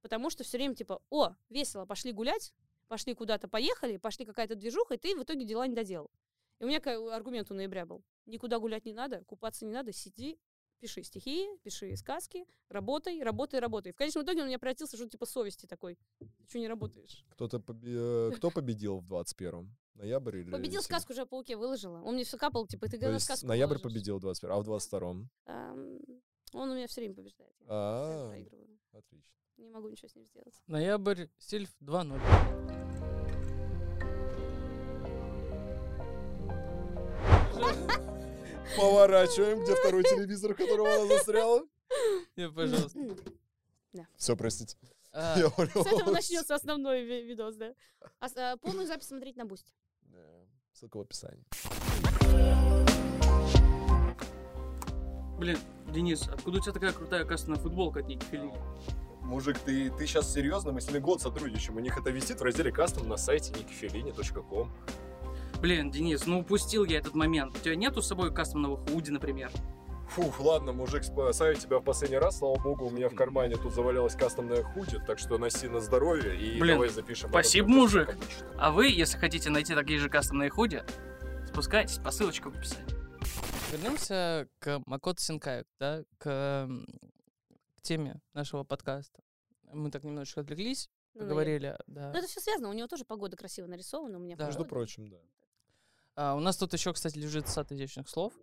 Speaker 2: потому что все время типа, о, весело, пошли гулять, пошли куда-то поехали, пошли какая-то движуха, и ты в итоге дела не доделал. И у меня ка- аргумент у ноября был. Никуда гулять не надо, купаться не надо, сиди, пиши стихи, пиши сказки, работай, работай, работай. В конечном итоге он у меня превратился в что-то типа совести такой. Ты что не работаешь?
Speaker 4: Кто-то побе- э,
Speaker 2: (laughs)
Speaker 4: кто победил в 21-м? Ноябрь или...
Speaker 2: Победил
Speaker 4: сентябрь?
Speaker 2: сказку уже о пауке выложила. Он мне все капал, типа, ты
Speaker 4: То
Speaker 2: когда
Speaker 4: есть
Speaker 2: сказку
Speaker 4: ноябрь
Speaker 2: выложишь?»
Speaker 4: победил в 21 а в 22-м?
Speaker 2: Ам, Он у меня все время побеждает. Я постоянно
Speaker 4: А,
Speaker 2: проигрываю.
Speaker 4: отлично.
Speaker 2: Не могу ничего с ним сделать.
Speaker 5: Ноябрь, Сильф
Speaker 2: (laughs)
Speaker 5: 2.0.
Speaker 2: (laughs)
Speaker 4: Поворачиваем, где второй телевизор, в котором она застряла.
Speaker 5: Не,
Speaker 2: (laughs)
Speaker 5: пожалуйста.
Speaker 4: (laughs) Все, простите. (laughs)
Speaker 5: А,
Speaker 4: Я
Speaker 2: С этого
Speaker 4: понял.
Speaker 2: начнется основной ви- видос, да. А с- а полную запись смотреть на Бусти.
Speaker 4: Да, Ссылка в описании.
Speaker 6: Блин, Денис, откуда у тебя такая крутая кастомная футболка от Ники Филини?
Speaker 4: Мужик, ты, ты сейчас серьезно? Мы с ними год сотрудничаем. У них это висит в разделе кастом на сайте nikifelini.com.
Speaker 6: Блин, Денис, ну упустил я этот момент. У тебя нету с собой кастомного худи, например?
Speaker 4: Фух, ладно, мужик, спасаю тебя в последний раз. Слава богу, у меня в кармане тут завалялась кастомная худи, так что носи на здоровье и
Speaker 6: Блин,
Speaker 4: давай запишем.
Speaker 6: спасибо,
Speaker 4: этот
Speaker 6: мужик.
Speaker 4: подкаст отлично.
Speaker 6: А вы, если хотите найти такие же кастомные худи, спускайтесь по ссылочке в описании.
Speaker 5: Вернемся к Макото Синкаю, да, к, м, к теме нашего подкаста. Мы так немножечко отвлеклись.
Speaker 2: Ну, наверное.
Speaker 5: Поговорили, да.
Speaker 2: Но это все связано, у него тоже погода красиво нарисована, у меня
Speaker 5: Да.
Speaker 4: Между
Speaker 2: погода.
Speaker 4: прочим, да.
Speaker 5: А, у нас тут еще, кстати, лежит сад изящных слов.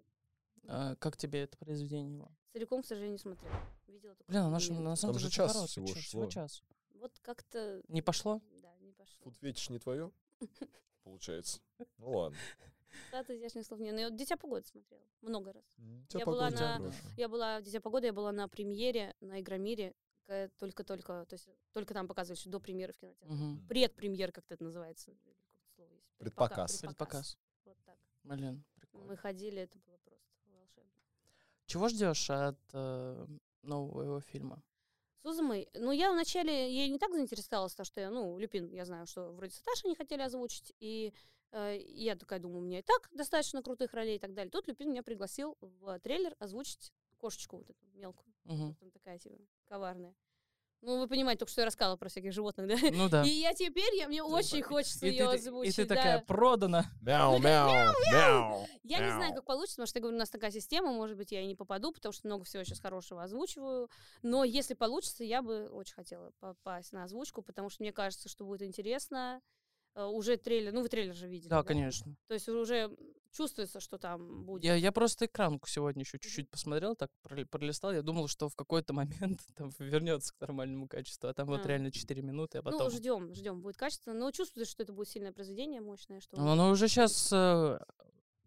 Speaker 5: А, как тебе это произведение? Вова?
Speaker 2: Целиком, к сожалению, не смотрела. Видела только
Speaker 5: Блин, а оно ж
Speaker 2: фрагменты.
Speaker 5: на самом
Speaker 4: Там же
Speaker 5: деле
Speaker 4: час
Speaker 5: короткое,
Speaker 4: всего
Speaker 5: чё,
Speaker 4: шло.
Speaker 5: всего час.
Speaker 2: Вот как-то...
Speaker 5: Не пошло?
Speaker 2: Да, не пошло.
Speaker 4: Фуд ветишь
Speaker 2: (laughs)
Speaker 4: не твое? Получается. Ну ладно.
Speaker 2: Сад изящных слов нет. Но я вот «Дитя погоды» смотрела много раз.
Speaker 4: М, тебя
Speaker 2: Я была
Speaker 4: погода
Speaker 2: на-
Speaker 4: хорошая.
Speaker 2: Я была в «Дитя погоды», я была на премьере, на «Игромире», э, только-только, то есть только там показывали, еще до премьеры в кинотеатре.
Speaker 5: Мгм.
Speaker 2: Предпремьер, как это называется. или какое-то слово есть. Предпока-
Speaker 4: Предпоказ.
Speaker 5: Предпоказ.
Speaker 2: Вот так.
Speaker 5: Блин, прикольно.
Speaker 2: Мы ходили, это было просто волшебно.
Speaker 5: Чего ждешь от э, нового его фильма?
Speaker 2: Сузумой, ну, я вначале, ей не так заинтересовалась, потому что я, ну, Люпин, я знаю, что вроде Саташи не хотели озвучить, и э, я такая думаю, у меня и так достаточно крутых ролей и так далее. Тут Люпин меня пригласил в трейлер озвучить кошечку вот эту мелкую,
Speaker 5: Мгм.
Speaker 2: вот там такая типа коварная. Ну, вы понимаете, только что я рассказывала про всяких животных, да?
Speaker 5: Ну да.
Speaker 2: И я теперь, я, мне очень хочется
Speaker 5: И ты-
Speaker 2: ее
Speaker 5: ты-
Speaker 2: озвучить.
Speaker 5: И ты
Speaker 2: да.
Speaker 5: такая продана.
Speaker 4: Мяу, мяу, мяу.
Speaker 2: Я не знаю,
Speaker 4: Мяу.
Speaker 2: как получится, потому что, я говорю, у нас такая система, может быть, я и не попаду, потому что много всего сейчас хорошего озвучиваю. Но если получится, я бы очень хотела попасть на озвучку, потому что мне кажется, что будет интересно. Э, Уже трейлер, ну вы трейлер же видели.
Speaker 5: Да, конечно.
Speaker 2: То есть уже чувствуется, что там будет.
Speaker 5: Я, я просто экранку сегодня еще чуть-чуть посмотрел, так прол- пролистал. Я думал, что в какой-то момент (laughs) там вернется к нормальному качеству, а там вот
Speaker 2: А.
Speaker 5: реально 4 минуты, а потом...
Speaker 2: Ну, ждем, ждем, будет качественно. Но чувствуется, что это будет сильное произведение, мощное, что
Speaker 5: Ну, Оно уже сейчас...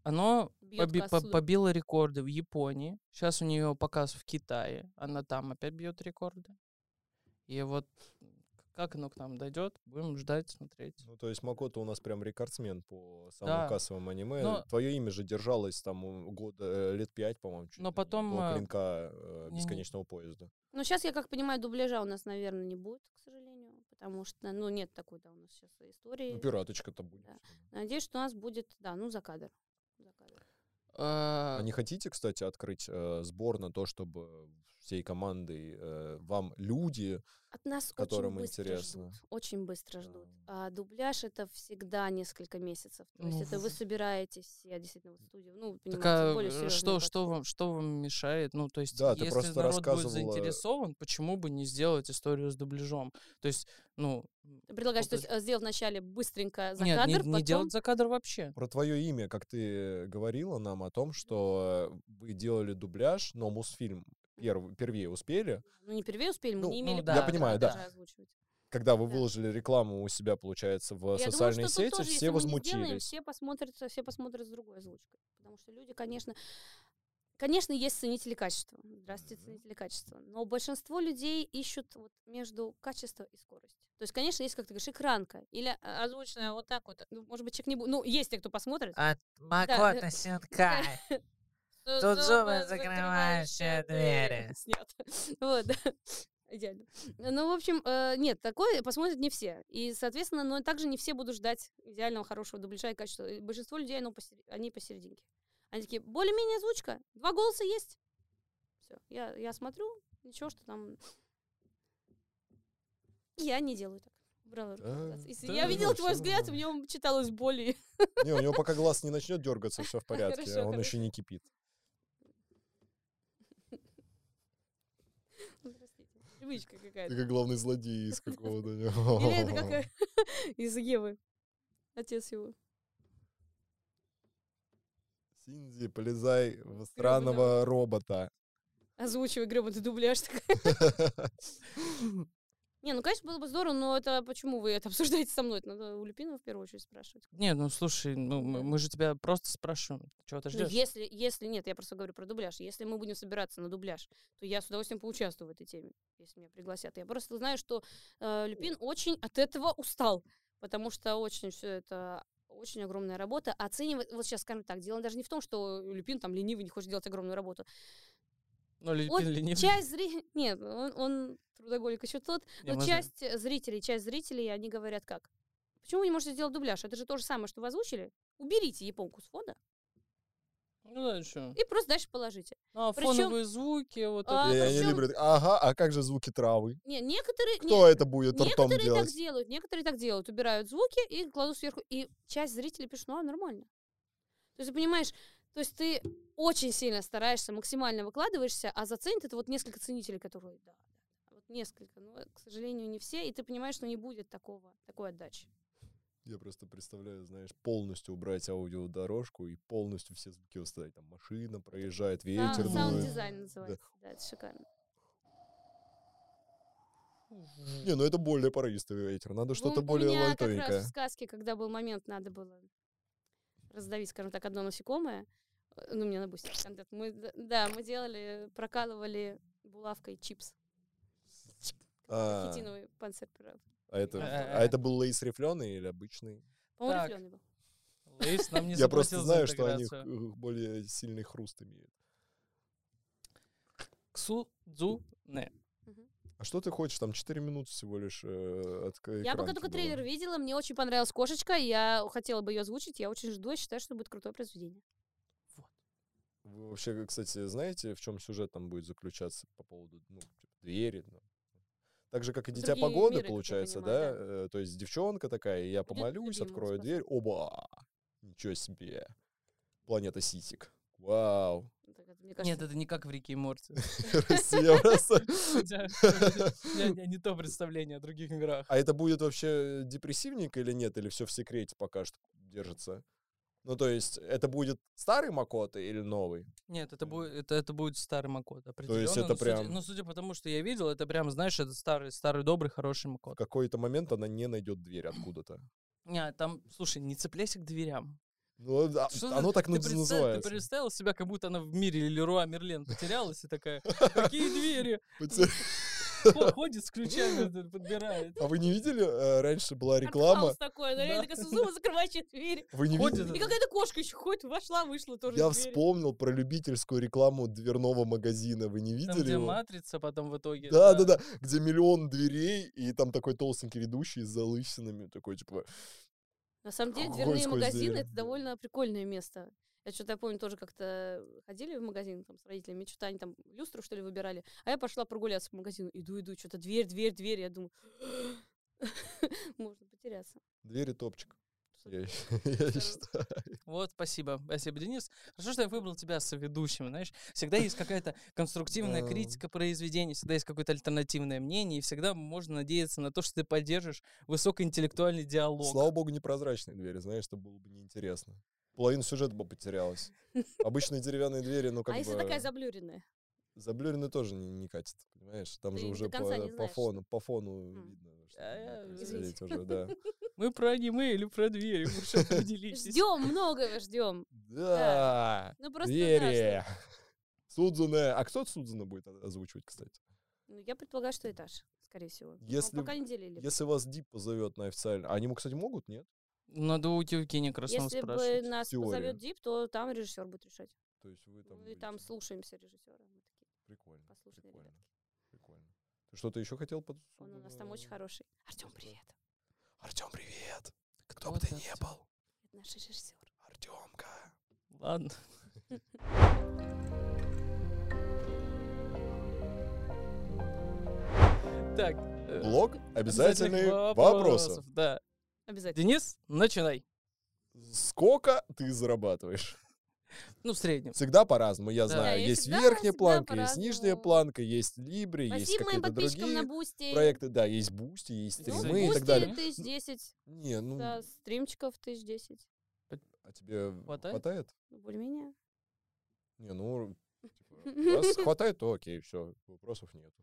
Speaker 5: Оно
Speaker 2: бьет
Speaker 5: поби- по-
Speaker 2: кассу.
Speaker 5: побило рекорды в Японии. Сейчас у нее показ в Китае. Она там опять бьет рекорды. И вот как оно к нам дойдет, будем ждать, смотреть.
Speaker 4: Ну, то есть Макото у нас прям рекордсмен по самым
Speaker 5: Да.
Speaker 4: кассовым аниме.
Speaker 5: Но-
Speaker 4: Твое имя же держалось там у- года, э, лет пять, по-моему. чуть
Speaker 5: Но
Speaker 4: ли не,
Speaker 5: потом,
Speaker 4: до
Speaker 5: э,
Speaker 4: клинка э,
Speaker 5: не-не.
Speaker 4: бесконечного поезда.
Speaker 2: Ну, сейчас, я как понимаю, дубляжа у нас, наверное, не будет, к сожалению, потому что, ну, нет такой, да, у нас сейчас истории.
Speaker 4: Ну, пираточка-то
Speaker 2: Э,
Speaker 4: будет.
Speaker 2: Да. Надеюсь, что у нас будет, да, ну, за кадр. За кадр.
Speaker 5: Э,
Speaker 4: А не хотите, кстати, открыть э, сбор на то, чтобы всей командой э, вам люди...
Speaker 2: От нас
Speaker 4: которым
Speaker 2: очень быстро
Speaker 4: интересно.
Speaker 2: ждут. Очень быстро ждут.
Speaker 4: Да.
Speaker 2: А дубляж это всегда несколько месяцев. То есть
Speaker 5: Ну,
Speaker 2: это вы
Speaker 5: в-
Speaker 2: собираетесь, я действительно вот студию, ну, вы
Speaker 5: Так
Speaker 2: понимаете,
Speaker 5: а,
Speaker 2: более
Speaker 5: э,
Speaker 2: серьезные
Speaker 5: что,
Speaker 2: подходы.
Speaker 5: что, вам, что вам мешает? Ну, то есть,
Speaker 4: Да, ты
Speaker 5: если
Speaker 4: просто
Speaker 5: народ
Speaker 4: рассказывала-
Speaker 5: будет заинтересован, почему бы не сделать историю с дубляжом? То есть, ну...
Speaker 2: Ты предлагаешь, то есть э, сделать вначале быстренько за
Speaker 5: нет,
Speaker 2: кадр,
Speaker 5: не, не
Speaker 2: потом...
Speaker 5: делать за кадр вообще.
Speaker 4: Про твое имя, как ты говорила нам о том, что вы делали дубляж, но Мосфильм перв- первее успели,
Speaker 2: Ну, не первее успели, мы
Speaker 4: Ну,
Speaker 2: не имели
Speaker 5: ну
Speaker 2: права
Speaker 5: да,
Speaker 2: за
Speaker 4: понимаю,
Speaker 2: кадр
Speaker 4: да.
Speaker 2: же озвучивать.
Speaker 4: когда вы
Speaker 2: Да.
Speaker 4: выложили рекламу у себя, получается, в
Speaker 2: Я думаю,
Speaker 4: социальной
Speaker 2: что тут
Speaker 4: сети,
Speaker 2: тоже, если
Speaker 4: все
Speaker 2: мы не сделаем,
Speaker 4: возмутились.
Speaker 2: все посмотрят, все посмотрят с другой озвучкой. Потому что люди, конечно, конечно, есть ценители качества. Здравствуйте,
Speaker 4: Мгм.
Speaker 2: ценители качества. Но большинство людей ищут вот между качество и скорость. То есть, конечно, есть, как ты говоришь, экранка. Или э, озвученная вот так вот. Ну, может быть, человек не будет. Ну, есть те, кто посмотрит.
Speaker 1: От Макота Синкай. Тут зубы закрывающие двери.
Speaker 2: Снято. а (laughs) Вот, да. Идеально. Ну, в общем, э, нет, такое посмотрят не все. И, соответственно, но также не все будут ждать идеального, хорошего дубляжа и качества. И Большинство людей, оно посер- они посерединке. Они такие, более-менее звучка, два голоса есть. Все, я, я смотрю, ничего, что там... Я не делаю так. Убрала руки
Speaker 4: Да,
Speaker 2: назад. Если
Speaker 4: Э, да,
Speaker 2: я видела
Speaker 4: ну,
Speaker 2: твой
Speaker 4: всё
Speaker 2: взгляд, в
Speaker 4: нормально.
Speaker 2: нем читалось боль. и-
Speaker 4: Не, у него пока глаз не начнет дергаться, все в порядке,
Speaker 2: (laughs)
Speaker 4: а
Speaker 2: Хорошо,
Speaker 4: он
Speaker 2: хорошо.
Speaker 4: еще не
Speaker 2: (laughs)
Speaker 4: кипит.
Speaker 2: (laughs) Простите, Привычка какая-то.
Speaker 4: Ты как главный злодей
Speaker 2: (laughs)
Speaker 4: из какого-то...
Speaker 2: Или это как (laughs) э, из Евы. Отец его.
Speaker 4: Синди, полезай в странного робота.
Speaker 2: Озвучивай гребаный дубляж. такая. Не, ну, конечно, было бы здорово, но это почему вы это обсуждаете со мной? Это надо у Люпинова в первую очередь спрашивать.
Speaker 5: Нет, ну слушай, ну мы, мы же тебя просто спрашиваем, чего ты
Speaker 2: Ну,
Speaker 5: ждешь?
Speaker 2: если, если нет, я просто говорю про дубляж. Если мы будем собираться на дубляж, то я с удовольствием поучаствую в этой теме, если меня пригласят. Я просто знаю, что э, Люпин очень от этого устал, потому что очень все это очень огромная работа. Оценивать, вот сейчас скажем так, дело даже не в том, что Люпин там ленивый, не хочет делать огромную работу.
Speaker 5: Ну, ли- (laughs)
Speaker 2: он
Speaker 5: пин- ленив.
Speaker 2: Часть зрителей... Нет, он, он трудоголик еще тот. но
Speaker 4: ну, А
Speaker 5: Не, мы же-
Speaker 2: часть э, зрителей, часть зрителей, они говорят как? Почему вы не можете сделать дубляж? Это же то же самое, что вы озвучили. Уберите японку с фона
Speaker 5: Ну, да, чё?
Speaker 2: и просто дальше положите.
Speaker 5: Ну, а
Speaker 2: причём-
Speaker 5: фоновые звуки, вот
Speaker 2: А,
Speaker 4: И они
Speaker 2: причём-
Speaker 4: люблю, Ага, а как же звуки травы?
Speaker 2: Не, некоторые...
Speaker 4: Кто это будет
Speaker 2: не-
Speaker 4: ртом
Speaker 2: некоторые так
Speaker 4: делать?
Speaker 2: делают, некоторые так делают. Убирают звуки и кладут сверху. И часть зрителей пишет, ну, а, нормально. То есть, ты понимаешь, то есть ты очень сильно стараешься, максимально выкладываешься, а заценит это вот несколько ценителей, которые, да, да, вот несколько, но, к сожалению, не все, и ты понимаешь, что не будет такого, такой отдачи.
Speaker 4: Я просто представляю, знаешь, полностью убрать аудиодорожку и полностью все звуки оставить. Там машина
Speaker 2: А,
Speaker 4: проезжает, ветер
Speaker 2: Сау-
Speaker 4: дует.
Speaker 2: Саунд-дизайн называется, да. это шикарно.
Speaker 4: Не, ну это более порывистый ветер. Надо что-то
Speaker 2: Ну,
Speaker 4: более
Speaker 2: У меня как
Speaker 4: лайтовенькое.
Speaker 2: раз в сказке, когда был момент, надо было раздавить, скажем так, одно насекомое. Э, Ну, мне на бусте контент. Мы, д- да, мы делали, прокалывали булавкой чипс.
Speaker 4: А,
Speaker 2: Хитиновый панцирь. прав.
Speaker 4: а это,
Speaker 5: Э.
Speaker 4: а это был лейс рифленый или обычный?
Speaker 2: По-моему,
Speaker 5: Так.
Speaker 2: рифленый был.
Speaker 5: Лейс нам не
Speaker 4: (laughs) Я просто
Speaker 5: заплатил за
Speaker 4: знаю, что они
Speaker 5: интеграцию.
Speaker 4: э, более сильный хруст имеют.
Speaker 5: Ксудзуне.
Speaker 4: А что ты хочешь? Там 4 минуты всего лишь э, от к-
Speaker 2: Я пока
Speaker 4: экранки
Speaker 2: только
Speaker 4: было.
Speaker 2: трейлер видела, мне очень понравилась кошечка, я хотела бы ее озвучить, я очень жду, я считаю, что будет крутое произведение.
Speaker 4: Вы вообще, кстати, знаете, в чем сюжет там будет заключаться по поводу ну, типа, двери? ну? Так же, как и Дитя
Speaker 2: Другие
Speaker 4: погоды,
Speaker 2: миры, как я
Speaker 4: получается,
Speaker 2: понимаю,
Speaker 4: да? Э, То есть девчонка такая, я помолюсь,
Speaker 2: любимого
Speaker 4: открою
Speaker 2: спасать.
Speaker 4: дверь, оба! Ничего себе! Планета Ситик. Вау! (laughs)
Speaker 2: Так это, мне
Speaker 5: Нет,
Speaker 2: кажется,
Speaker 5: это не как в Рике и Морти. (laughs)
Speaker 4: Россия просто...
Speaker 5: У тебя- (laughs) у тебя не- Не то представление о других играх.
Speaker 4: А это будет вообще депрессивник или нет? Или все в секрете пока что держится? Ну, то есть, это будет старый Макота или новый?
Speaker 5: Нет, это будет, это, это будет старый Макот, определенно.
Speaker 4: это
Speaker 5: но судя-
Speaker 4: прям-
Speaker 5: ну, судя по тому, что я видел, это прям, знаешь, это старый, старый, добрый, хороший
Speaker 4: В
Speaker 5: Макот.
Speaker 4: какой-то момент она не найдет дверь откуда-то.
Speaker 5: Не, там, слушай, не цепляйся к дверям.
Speaker 4: Ну, а-
Speaker 5: Что ты-
Speaker 4: оно так
Speaker 5: ты
Speaker 4: наз-
Speaker 5: представь-
Speaker 4: называется.
Speaker 5: Ты представил себя, как будто она в мире Леруа Мерлен потерялась и такая,
Speaker 4: (laughs)
Speaker 5: какие двери?
Speaker 4: Поте-
Speaker 5: Хо- Ходит с ключами, д- подбирает.
Speaker 4: А вы не видели, э, раньше была
Speaker 2: артхаус
Speaker 4: реклама?
Speaker 2: такой, она реально
Speaker 5: Да.
Speaker 2: такая Сузума, закрывающая двери.
Speaker 4: Вы не
Speaker 5: Ходит
Speaker 4: (laughs) видели?
Speaker 2: И какая-то кошка еще ходит, вошла, вышла тоже
Speaker 4: Я
Speaker 2: из двери.
Speaker 4: вспомнил про любительскую рекламу дверного магазина. Вы не
Speaker 5: Там,
Speaker 4: видели
Speaker 5: где
Speaker 4: его?
Speaker 5: матрица потом в итоге.
Speaker 4: Да, да, да, где миллион дверей, и там такой толстенький ведущий с залысинами, такой, типа,
Speaker 2: На самом деле,
Speaker 4: Ой,
Speaker 2: дверные
Speaker 4: сквозь
Speaker 2: магазины
Speaker 4: двери.
Speaker 2: это довольно прикольное место. Я что-то я помню, тоже как-то ходили в магазин там, с родителями, что-то они там люстру, что ли, выбирали. А я пошла прогуляться по магазину. Иду, иду, что-то дверь, дверь, дверь. Я думаю, (gasps) можно потеряться.
Speaker 4: двери топчик. Я, (laughs) я
Speaker 2: Что-
Speaker 4: считаю.
Speaker 5: Вот, спасибо. Спасибо, Денис. Хорошо, что я выбрал тебя соведущим, знаешь. Всегда есть какая-то конструктивная
Speaker 4: Да.
Speaker 5: критика произведений, всегда есть какое-то альтернативное мнение, и всегда можно надеяться на то, что ты поддержишь высокоинтеллектуальный диалог.
Speaker 4: Слава богу, непрозрачные двери, знаешь, это было бы неинтересно. Половина сюжета бы потерялась. Обычные деревянные двери, ну, как
Speaker 2: А
Speaker 4: бы...
Speaker 2: если такая заблюренная?
Speaker 4: заблюренный тоже не, не катит, понимаешь? Там
Speaker 2: Ты
Speaker 4: же
Speaker 2: до
Speaker 4: уже
Speaker 2: конца не
Speaker 4: по, по
Speaker 2: знаешь.
Speaker 4: фону, по фону
Speaker 2: М.
Speaker 4: видно, что
Speaker 5: А,
Speaker 4: будет
Speaker 5: э,
Speaker 4: происходить
Speaker 2: извините.
Speaker 4: уже, да.
Speaker 5: Мы про аниме или про двери, вы
Speaker 4: (laughs)
Speaker 5: уж определитесь.
Speaker 2: Ждем, многого ждем.
Speaker 4: Да,
Speaker 2: Ну просто этаж.
Speaker 4: двери. Судзуне. А кто Судзуне будет о- озвучивать, кстати?
Speaker 2: Ну, я предполагаю, что этаж, скорее всего. Но
Speaker 4: Если
Speaker 2: Пока не делили.
Speaker 4: Если вас Дип позовет на официально. А они, ему, кстати, могут, нет?
Speaker 5: Надо у Евгения Краснова
Speaker 2: Если бы
Speaker 5: спрашивать.
Speaker 2: нас
Speaker 4: теории.
Speaker 2: позовет Дип, то там режиссер будет решать.
Speaker 4: То есть вы там.
Speaker 2: Ну и там
Speaker 4: будете.
Speaker 2: слушаемся режиссера. Мы такие
Speaker 4: Прикольно.
Speaker 2: послушные
Speaker 4: Прикольно.
Speaker 2: ребятки.
Speaker 4: Прикольно. Ты что-то еще хотел под
Speaker 2: Он у нас там очень
Speaker 4: Судзуне?
Speaker 2: хороший. Артем, привет.
Speaker 4: Артем, привет! Кто
Speaker 5: Вот
Speaker 4: бы ты
Speaker 5: Артём.
Speaker 4: ни был,
Speaker 2: Это наш режиссер.
Speaker 4: Артемка. (laughs)
Speaker 5: Ладно. Так. э,
Speaker 4: Блок
Speaker 5: обязательных
Speaker 4: обязательных вопросов.
Speaker 5: Да.
Speaker 2: Обязательно.
Speaker 5: Денис, начинай.
Speaker 4: Сколько ты зарабатываешь?
Speaker 5: Ну, в среднем.
Speaker 4: Всегда по-разному, я
Speaker 5: Да,
Speaker 4: знаю.
Speaker 2: я
Speaker 4: есть
Speaker 2: всегда-
Speaker 4: верхняя
Speaker 2: всегда
Speaker 4: планка, есть нижняя
Speaker 2: по-разному.
Speaker 4: планка, есть либри, есть
Speaker 2: Спасибо моим
Speaker 4: какие-то
Speaker 2: подписчикам на
Speaker 4: другие
Speaker 2: Бусти.
Speaker 4: проекты. Да, есть бусти, есть
Speaker 5: Ну,
Speaker 4: стримы и
Speaker 5: Boosty
Speaker 4: так далее.
Speaker 2: тысяч десять,
Speaker 4: Не, ну,
Speaker 2: да, стримчиков тысяч десять.
Speaker 4: а тебе
Speaker 5: Хватает?
Speaker 4: хватает?
Speaker 2: Ну, более-менее.
Speaker 4: Не, ну, типа, раз хватает, то окей, все, вопросов нет.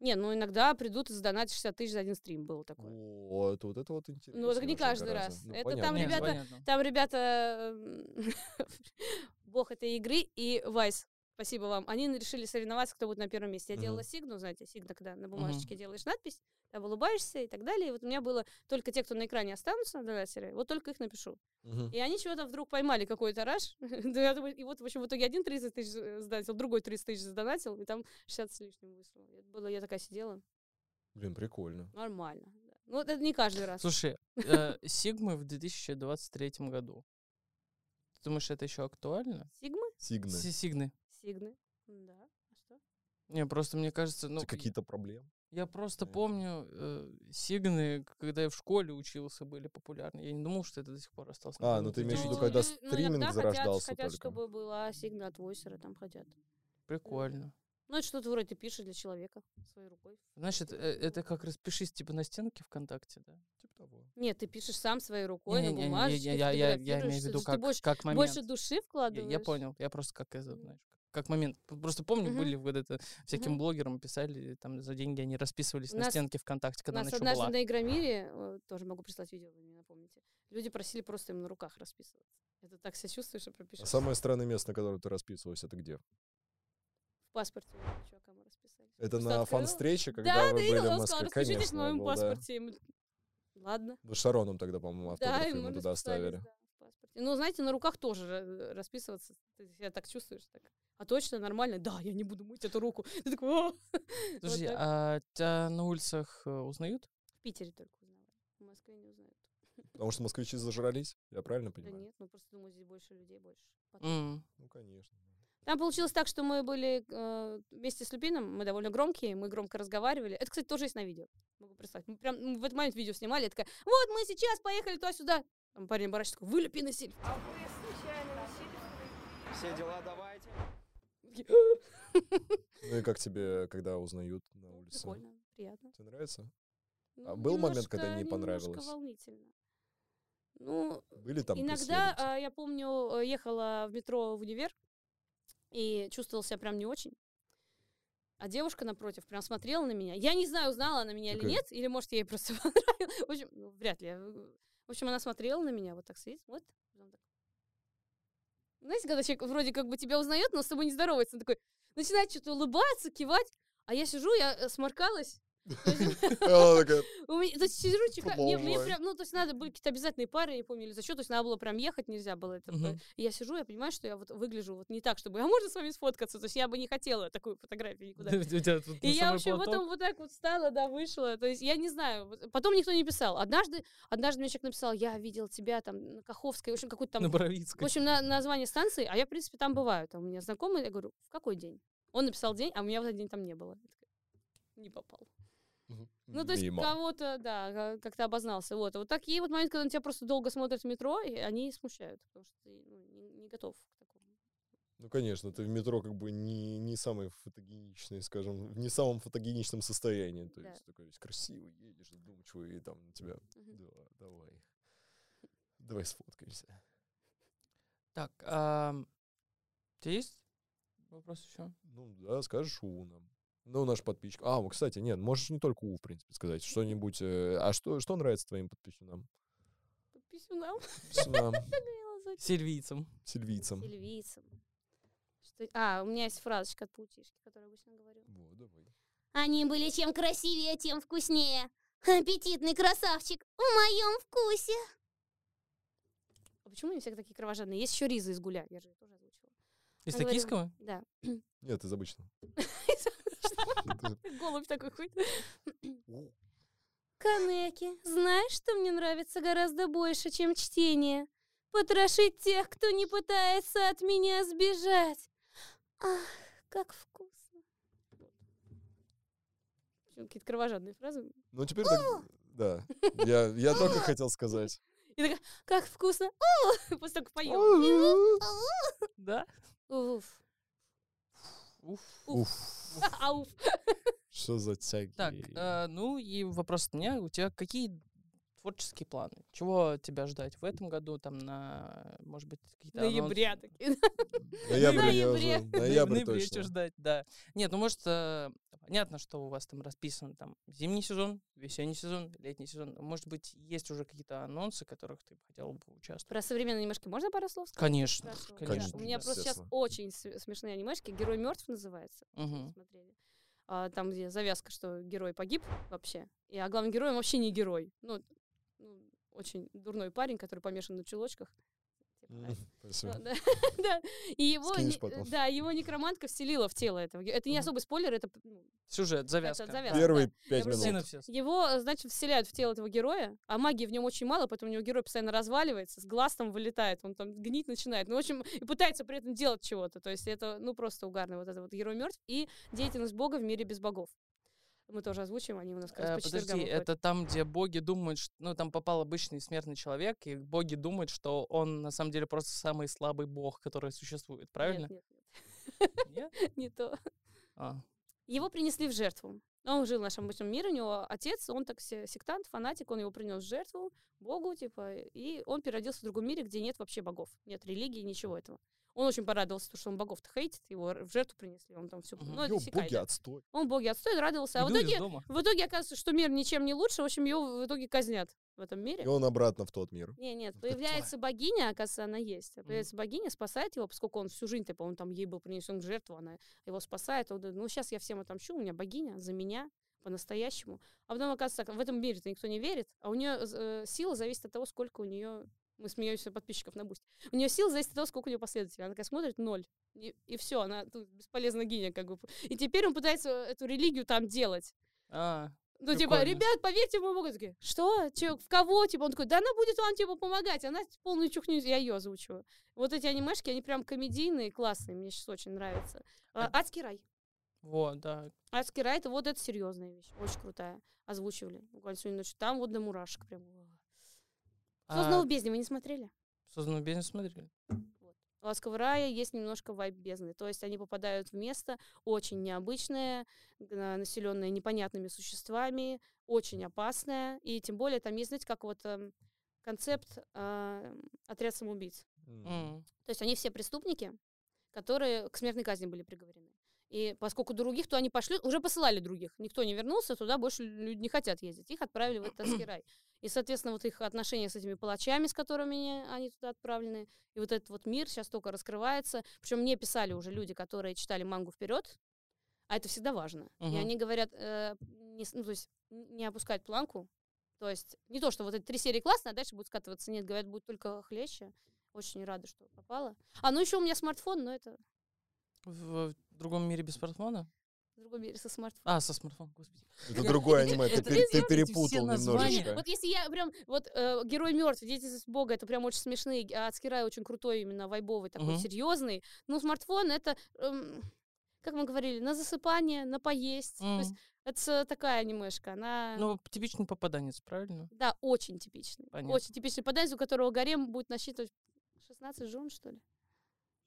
Speaker 2: Не, ну иногда придут и задонатят 60 тысяч за один стрим, был такой.
Speaker 4: Вот, вот это вот интересно.
Speaker 2: Ну, это не
Speaker 4: очень
Speaker 2: каждый
Speaker 4: гораздо.
Speaker 2: раз.
Speaker 4: Ну,
Speaker 2: Это
Speaker 4: понятно.
Speaker 2: там
Speaker 5: Не,
Speaker 2: ребята-
Speaker 5: понятно.
Speaker 2: Там ребята м, (laughs) бог этой игры и Вайс. Спасибо вам. Они решили соревноваться, кто будет на первом месте. Я
Speaker 4: Мгм.
Speaker 2: делала сигну, знаете, сигна, когда на бумажечке делаешь надпись, там улыбаешься и так далее. И вот у меня было только те, кто на экране останутся, донатеры, вот только их напишу.
Speaker 4: Мгм.
Speaker 2: И они чего-то вдруг поймали какой-то раш. (laughs) Да я думаю, И вот, в общем, в итоге один 30 тысяч э, сдонатил, другой 30 тысяч сдонатил, и там 60 с лишним вышло. И Это было, я такая сидела,
Speaker 4: Блин, прикольно.
Speaker 2: нормально. да. Ну, вот это не каждый раз.
Speaker 5: Слушай, э, Сигмы в 2023 году. Ты думаешь, это еще актуально?
Speaker 2: Сигмы?
Speaker 4: Сигны.
Speaker 5: Си- Сигны.
Speaker 2: Сигны. Да. А что?
Speaker 5: Не, просто мне кажется, ну,
Speaker 4: Какие-то проблемы?
Speaker 5: я просто
Speaker 4: Э.
Speaker 5: помню, э, сигны, к- когда я в школе учился, были популярны. Я не думал, что это до сих пор осталось.
Speaker 4: А,
Speaker 5: на
Speaker 4: ну ты имеешь в виду,
Speaker 5: поверхности.
Speaker 4: когда
Speaker 2: лю- ну, иногда
Speaker 4: стриминг
Speaker 2: хотят-
Speaker 4: зарождался
Speaker 2: Хотят,
Speaker 4: только.
Speaker 2: чтобы была сигна от войсера, там хотят.
Speaker 5: Прикольно.
Speaker 2: Ну, это что-то вроде ты пишешь для человека своей рукой.
Speaker 5: Значит, э, это как распишись типа на стенке ВКонтакте, да?
Speaker 4: Типа того.
Speaker 2: Нет, ты пишешь сам своей рукой на
Speaker 5: Не-не-не, я-
Speaker 2: бумажечке,
Speaker 5: я, я, я, я имею
Speaker 2: фотографируешься,
Speaker 5: в виду
Speaker 2: то есть
Speaker 5: как,
Speaker 2: ты больше,
Speaker 5: как момент.
Speaker 2: больше души
Speaker 5: Я-
Speaker 2: вкладываешь.
Speaker 5: Я, понял, я просто как это, знаешь, как момент. П- Просто помню,
Speaker 2: Мгм.
Speaker 5: были вот это всяким
Speaker 2: Мгм.
Speaker 5: блогерам писали, там за деньги они расписывались на
Speaker 2: Нас-
Speaker 5: стенке ВКонтакте, когда
Speaker 2: У
Speaker 5: она
Speaker 2: нас
Speaker 5: еще
Speaker 2: однажды
Speaker 5: была.
Speaker 2: на Игромире, э, тоже могу прислать видео, вы мне напомните, люди просили просто им на руках расписываться. Это так себя чувствуешь, что
Speaker 4: А
Speaker 2: пропишешь.
Speaker 4: Самое странное место, на которое ты расписывался, это где?
Speaker 2: В паспорте у этого чувака мы расписались.
Speaker 4: Это
Speaker 2: Просто
Speaker 4: на
Speaker 2: открыла.
Speaker 4: фан-встрече, когда
Speaker 2: да,
Speaker 4: вы
Speaker 2: да,
Speaker 4: были
Speaker 2: Илон,
Speaker 4: в
Speaker 2: он
Speaker 4: Москве?
Speaker 2: сказал, распишитесь в
Speaker 4: Конечно, я
Speaker 2: моем
Speaker 4: был, да.
Speaker 2: паспорте. И мы, Ладно.
Speaker 4: Вы с Шароном тогда, по-моему,
Speaker 2: Да, и
Speaker 4: автографы
Speaker 2: мы
Speaker 4: ему туда
Speaker 2: расписались,
Speaker 4: оставили.
Speaker 2: да, в паспорте. Ну, знаете, на руках тоже ра- э, расписываться. Ты себя так чувствуешь. Так. А точно, нормально. Да, я не буду мыть эту руку. Ты такой, «О!»
Speaker 5: Подожди,
Speaker 2: так.
Speaker 5: а тебя на улицах э, узнают?
Speaker 2: В Питере только узнавали. В Москве не узнают.
Speaker 4: Потому что А москвичи зажрались, я правильно
Speaker 2: Да
Speaker 4: понимаю?
Speaker 2: нет, ну просто думаю, здесь больше людей, больше. потока.
Speaker 5: М.
Speaker 4: Ну, конечно.
Speaker 2: Там получилось так, что мы были э, вместе с Люпином, мы довольно громкие, мы громко разговаривали. Это, кстати, тоже есть на видео. Могу прислать. Мы прям м, в этот момент видео снимали, я такая, вот мы сейчас поехали туда-сюда. Там парень барашек такой, вы Люпин и Сильф».
Speaker 7: Все дела давайте.
Speaker 4: Ну и как тебе, когда узнают на улице?
Speaker 2: Ну, Прикольно, приятно.
Speaker 4: Тебе нравится?
Speaker 2: Ну,
Speaker 4: А был момент, когда
Speaker 2: немножко-
Speaker 4: не понравилось?
Speaker 2: Немножко волнительно. Ну,
Speaker 4: Были там
Speaker 2: иногда,
Speaker 4: преследователи?
Speaker 2: а, я помню, э, ехала в метро в универ и чувствовала себя прям не очень. А девушка напротив прям смотрела на меня. Я не знаю, узнала она меня или
Speaker 4: Такая-
Speaker 2: нет, или, может, ей просто (laughs) понравилось. В общем, ну, вряд ли. В общем, она смотрела на меня, вот так сидит, вот. потом так. Знаете, когда человек вроде как бы тебя узнает, но с тобой не здоровается, он такой начинает что-то улыбаться, кивать, а я сижу, я э, сморкалась. То есть
Speaker 4: А, (laughs) она такая,
Speaker 2: у меня, то есть сижу, чихаю. Мне, мне
Speaker 4: Бывает.
Speaker 2: прям, ну, то есть надо были какие-то обязательные пары, я не помню, или за счет, то есть надо было прям ехать, нельзя было это.
Speaker 5: Мгм.
Speaker 2: И я сижу, я понимаю, что я вот выгляжу вот не так, чтобы, а можно с вами сфоткаться? То есть я бы не хотела такую фотографию
Speaker 5: (laughs) У
Speaker 2: никуда.
Speaker 5: тебя тут
Speaker 2: И я, в
Speaker 5: носовой
Speaker 2: общем,
Speaker 5: платок.
Speaker 2: потом вот так вот встала, да, вышла. То есть я не знаю. вот- Потом никто не писал. Однажды, однажды мне человек написал, я видел тебя там на Каховской, в общем, какую-то там
Speaker 5: (laughs) на
Speaker 2: в
Speaker 5: Боровицкой.
Speaker 2: общем, на название станции, а я, в принципе, там бываю. Там у меня знакомые, я говорю, в какой день? Он написал день, а у меня в этот день там не было. Я такая, Не попал. Ну, то есть
Speaker 4: Мимо.
Speaker 2: кого-то, да, га- как-то обознался. Вот. А вот такие вот моменты, когда на тебя просто долго смотрят в метро, и они смущают, потому что ты ну, не, не готов к такому.
Speaker 4: Ну, конечно, ты в метро как бы не, не самый фотогеничный, скажем, в не самом фотогеничном состоянии. То
Speaker 2: Да.
Speaker 4: есть такой весь красивый, едешь, задумчивый, и там на тебя...
Speaker 2: Мгм.
Speaker 4: Да, давай. Давай сфоткаемся.
Speaker 5: Так, а, у тебя есть вопрос еще?
Speaker 4: Ну да, скажешь У нам. Ну, наш подписчик. А, ну, кстати, нет, можешь не только У, в принципе, сказать. Что-нибудь... э, а что, что нравится твоим подписчикам? а,
Speaker 2: Под писюном
Speaker 4: Писюнам,
Speaker 2: я за-
Speaker 5: Сильвийцам.
Speaker 4: сельвийцам.
Speaker 2: Сильвийцем. Что- А, у меня есть фразочка от паутишки, которую обычно говорю.
Speaker 4: Вот, давай.
Speaker 3: Они были чем красивее, тем вкуснее. Аппетитный красавчик в моем вкусе.
Speaker 2: А почему они все такие кровожадные? Есть еще Риза из Гуля, я же её тоже озвучила.
Speaker 5: Из
Speaker 2: Говорю.
Speaker 5: токийского?
Speaker 2: Да.
Speaker 4: Нет,
Speaker 2: (laughs)
Speaker 4: из обычного.
Speaker 2: Голубь такой ходит.
Speaker 4: У.
Speaker 3: Канеки, знаешь, что мне нравится гораздо больше, чем чтение? Потрошить тех, кто не пытается от меня сбежать. Ах, как вкусно.
Speaker 2: В общем, Какие-то кровожадные фразы.
Speaker 4: Ну, теперь так... Да, я, я только хотел сказать.
Speaker 2: И такая, как вкусно. У! (laughs) После того, как поела.
Speaker 5: Да.
Speaker 2: (laughs) Уф.
Speaker 5: Уф.
Speaker 4: Уф,
Speaker 2: Ауф.
Speaker 4: что за тяги.
Speaker 5: Так, э, ну и вопрос от меня. У тебя какие творческие планы? Чего тебя ждать в этом году? Там на, может быть, какие-то анонсы?
Speaker 2: Ноября такие.
Speaker 4: Ноябрь я
Speaker 2: ноябре.
Speaker 5: (laughs)
Speaker 4: уже... Ноябрь
Speaker 5: ноябре чё
Speaker 4: точно.
Speaker 5: ждать, да. Нет, ну может, э, понятно, что у вас там расписан там зимний сезон, весенний сезон, летний сезон. Может быть, есть уже какие-то анонсы, в которых ты бы хотел бы участвовать?
Speaker 2: Про современные анимешки можно пару слов сказать?
Speaker 5: Конечно.
Speaker 2: Хорошо.
Speaker 5: Конечно.
Speaker 2: Да, У меня
Speaker 4: да.
Speaker 2: просто сейчас
Speaker 4: Естественно.
Speaker 2: очень см- смешные анимешки. Герой мертв называется.
Speaker 5: Мгм.
Speaker 2: Смотрели. А, там, где завязка, что герой погиб вообще. И, а главным героем вообще не герой. Ну, ну, очень дурной парень, который помешан на чулочках. Тебе
Speaker 4: М,
Speaker 2: понравится.
Speaker 4: Спасибо.
Speaker 2: Да, (laughs) да. И его,
Speaker 4: Скинешь
Speaker 2: не-
Speaker 4: потом.
Speaker 2: да, его некромантка вселила в тело этого. ге- Это не
Speaker 5: Мгм.
Speaker 2: особый спойлер, это ну,
Speaker 5: Сюжет, завязка.
Speaker 2: Это завязка.
Speaker 4: Первые пять
Speaker 2: просто
Speaker 4: минут.
Speaker 5: Синопсис.
Speaker 2: Его, э, значит, вселяют в тело этого героя, а магии в нем очень мало, поэтому у него герой постоянно разваливается, с глаз там вылетает, он там гнить начинает. Ну, в общем, и пытается при этом делать чего-то. То есть это, ну, просто угарно. Вот это вот герой мертв и деятельность бога в мире без богов. Мы тоже озвучим, они у нас как раз
Speaker 5: Э,
Speaker 2: по четвергам
Speaker 5: Подожди,
Speaker 2: выходят.
Speaker 5: это там,
Speaker 2: (sniffs)
Speaker 5: где боги думают, что, ну там попал обычный смертный человек, и боги думают, что он на самом деле просто самый слабый бог, который существует, правильно?
Speaker 2: Нет, нет,
Speaker 5: Нет?
Speaker 2: нет, (laughs) не то.
Speaker 5: А,
Speaker 2: Его принесли в жертву. Он жил в нашем обычном мире, у него отец, он так се- сектант, фанатик, он его принес в жертву Богу, типа, и он переродился в другом мире, где нет вообще богов, нет религии, ничего этого. Он очень порадовался, потому что он богов-то хейтит, его р- в жертву принесли, он там все...
Speaker 5: Мгм.
Speaker 2: Ну, это
Speaker 4: Ё,
Speaker 2: секай,
Speaker 4: боги,
Speaker 5: типа
Speaker 2: да.
Speaker 4: отстой.
Speaker 2: Он боги отстоит, радовался, а в
Speaker 5: иду из
Speaker 2: итоге,
Speaker 5: дома.
Speaker 2: в итоге оказывается, что мир ничем не лучше, в общем, его в итоге казнят в этом мире.
Speaker 4: И он обратно в тот мир.
Speaker 2: Не, нет,
Speaker 5: Ну, как
Speaker 2: появляется богиня, оказывается, она есть. А Появляется богиня, спасает его, поскольку он всю жизнь, по-моему, там ей был принесен в жертву, она его спасает. Он думает, ну, сейчас я всем отомщу, у меня богиня за меня по-настоящему. А потом, оказывается, в этом мире-то никто не верит, а у нее сила зависит от того, сколько у нее мы смеемся подписчиков на Boost. У нее сила зависит от того, сколько у нее последователей. Она такая смотрит ноль. И, все, она тут бесполезна гиня, как бы. И теперь он пытается эту религию там делать.
Speaker 5: А,
Speaker 2: Ну, типа,
Speaker 5: Прикольно.
Speaker 2: ребят, поверьте моему богу. Такие, что? Че, в кого? Типа, он такой, да она будет вам, типа, помогать. Она полную чухню, я ее озвучиваю. Вот эти анимешки, они прям комедийные, классные, мне сейчас очень нравятся. А, Адский рай.
Speaker 5: вот, да.
Speaker 2: Адский рай, это вот это серьезная вещь, очень крутая. Озвучивали буквально сегодня ночью. Там вот до мурашек прям. Что
Speaker 5: А,
Speaker 2: снова в бездне» вы не смотрели?
Speaker 5: «Созданного бездны» смотрели?
Speaker 2: У «Ласкового рая» есть немножко вайб бездны. То есть они попадают в место очень необычное, э, населенное непонятными существами, очень опасное. И тем более там есть, знаете, как вот эм, концепт э, отряд самоубийц.
Speaker 4: М.
Speaker 5: М,
Speaker 2: То есть они все преступники, которые к смертной казни были приговорены. И поскольку других, то они пошли, уже посылали других. Никто не вернулся, туда больше люди не хотят ездить. Их отправили в этот адский рай. И, соответственно, вот их отношения с этими палачами, с которыми они- они туда отправлены, и вот этот вот мир сейчас только раскрывается. Причем мне писали уже люди, которые читали мангу вперед, а это всегда важно. И
Speaker 5: Мгм.
Speaker 2: они говорят, э, не, с- ну, то есть н- не опускать планку. То есть не то, что вот эти три серии классно, а дальше будет скатываться. Нет, говорят, будет только хлеще. Очень рада, что попала. А, ну еще у меня смартфон, но это
Speaker 5: В в другом мире без смартфона?
Speaker 2: в другом мире со смартфоном.
Speaker 5: А, со смартфона, господи.
Speaker 4: Это другое аниме, ты пере-
Speaker 5: это
Speaker 4: ты
Speaker 5: извините, все
Speaker 4: перепутал
Speaker 5: названия.
Speaker 4: немножечко.
Speaker 2: Вот если я прям, вот э, герой мертв, дети с бога, это прям очень смешные, а Адский рай очень крутой, именно вайбовый, такой
Speaker 5: Мгм.
Speaker 2: серьезный. Но смартфон это, эм, как мы говорили, на засыпание, на поесть. То есть
Speaker 5: М.
Speaker 2: это с- такая анимешка, она...
Speaker 5: Ну, типичный попаданец, правильно?
Speaker 2: Да, очень типичный.
Speaker 5: Понятно.
Speaker 2: Очень типичный подайз, у которого гарем будет насчитывать 16 жен, что ли?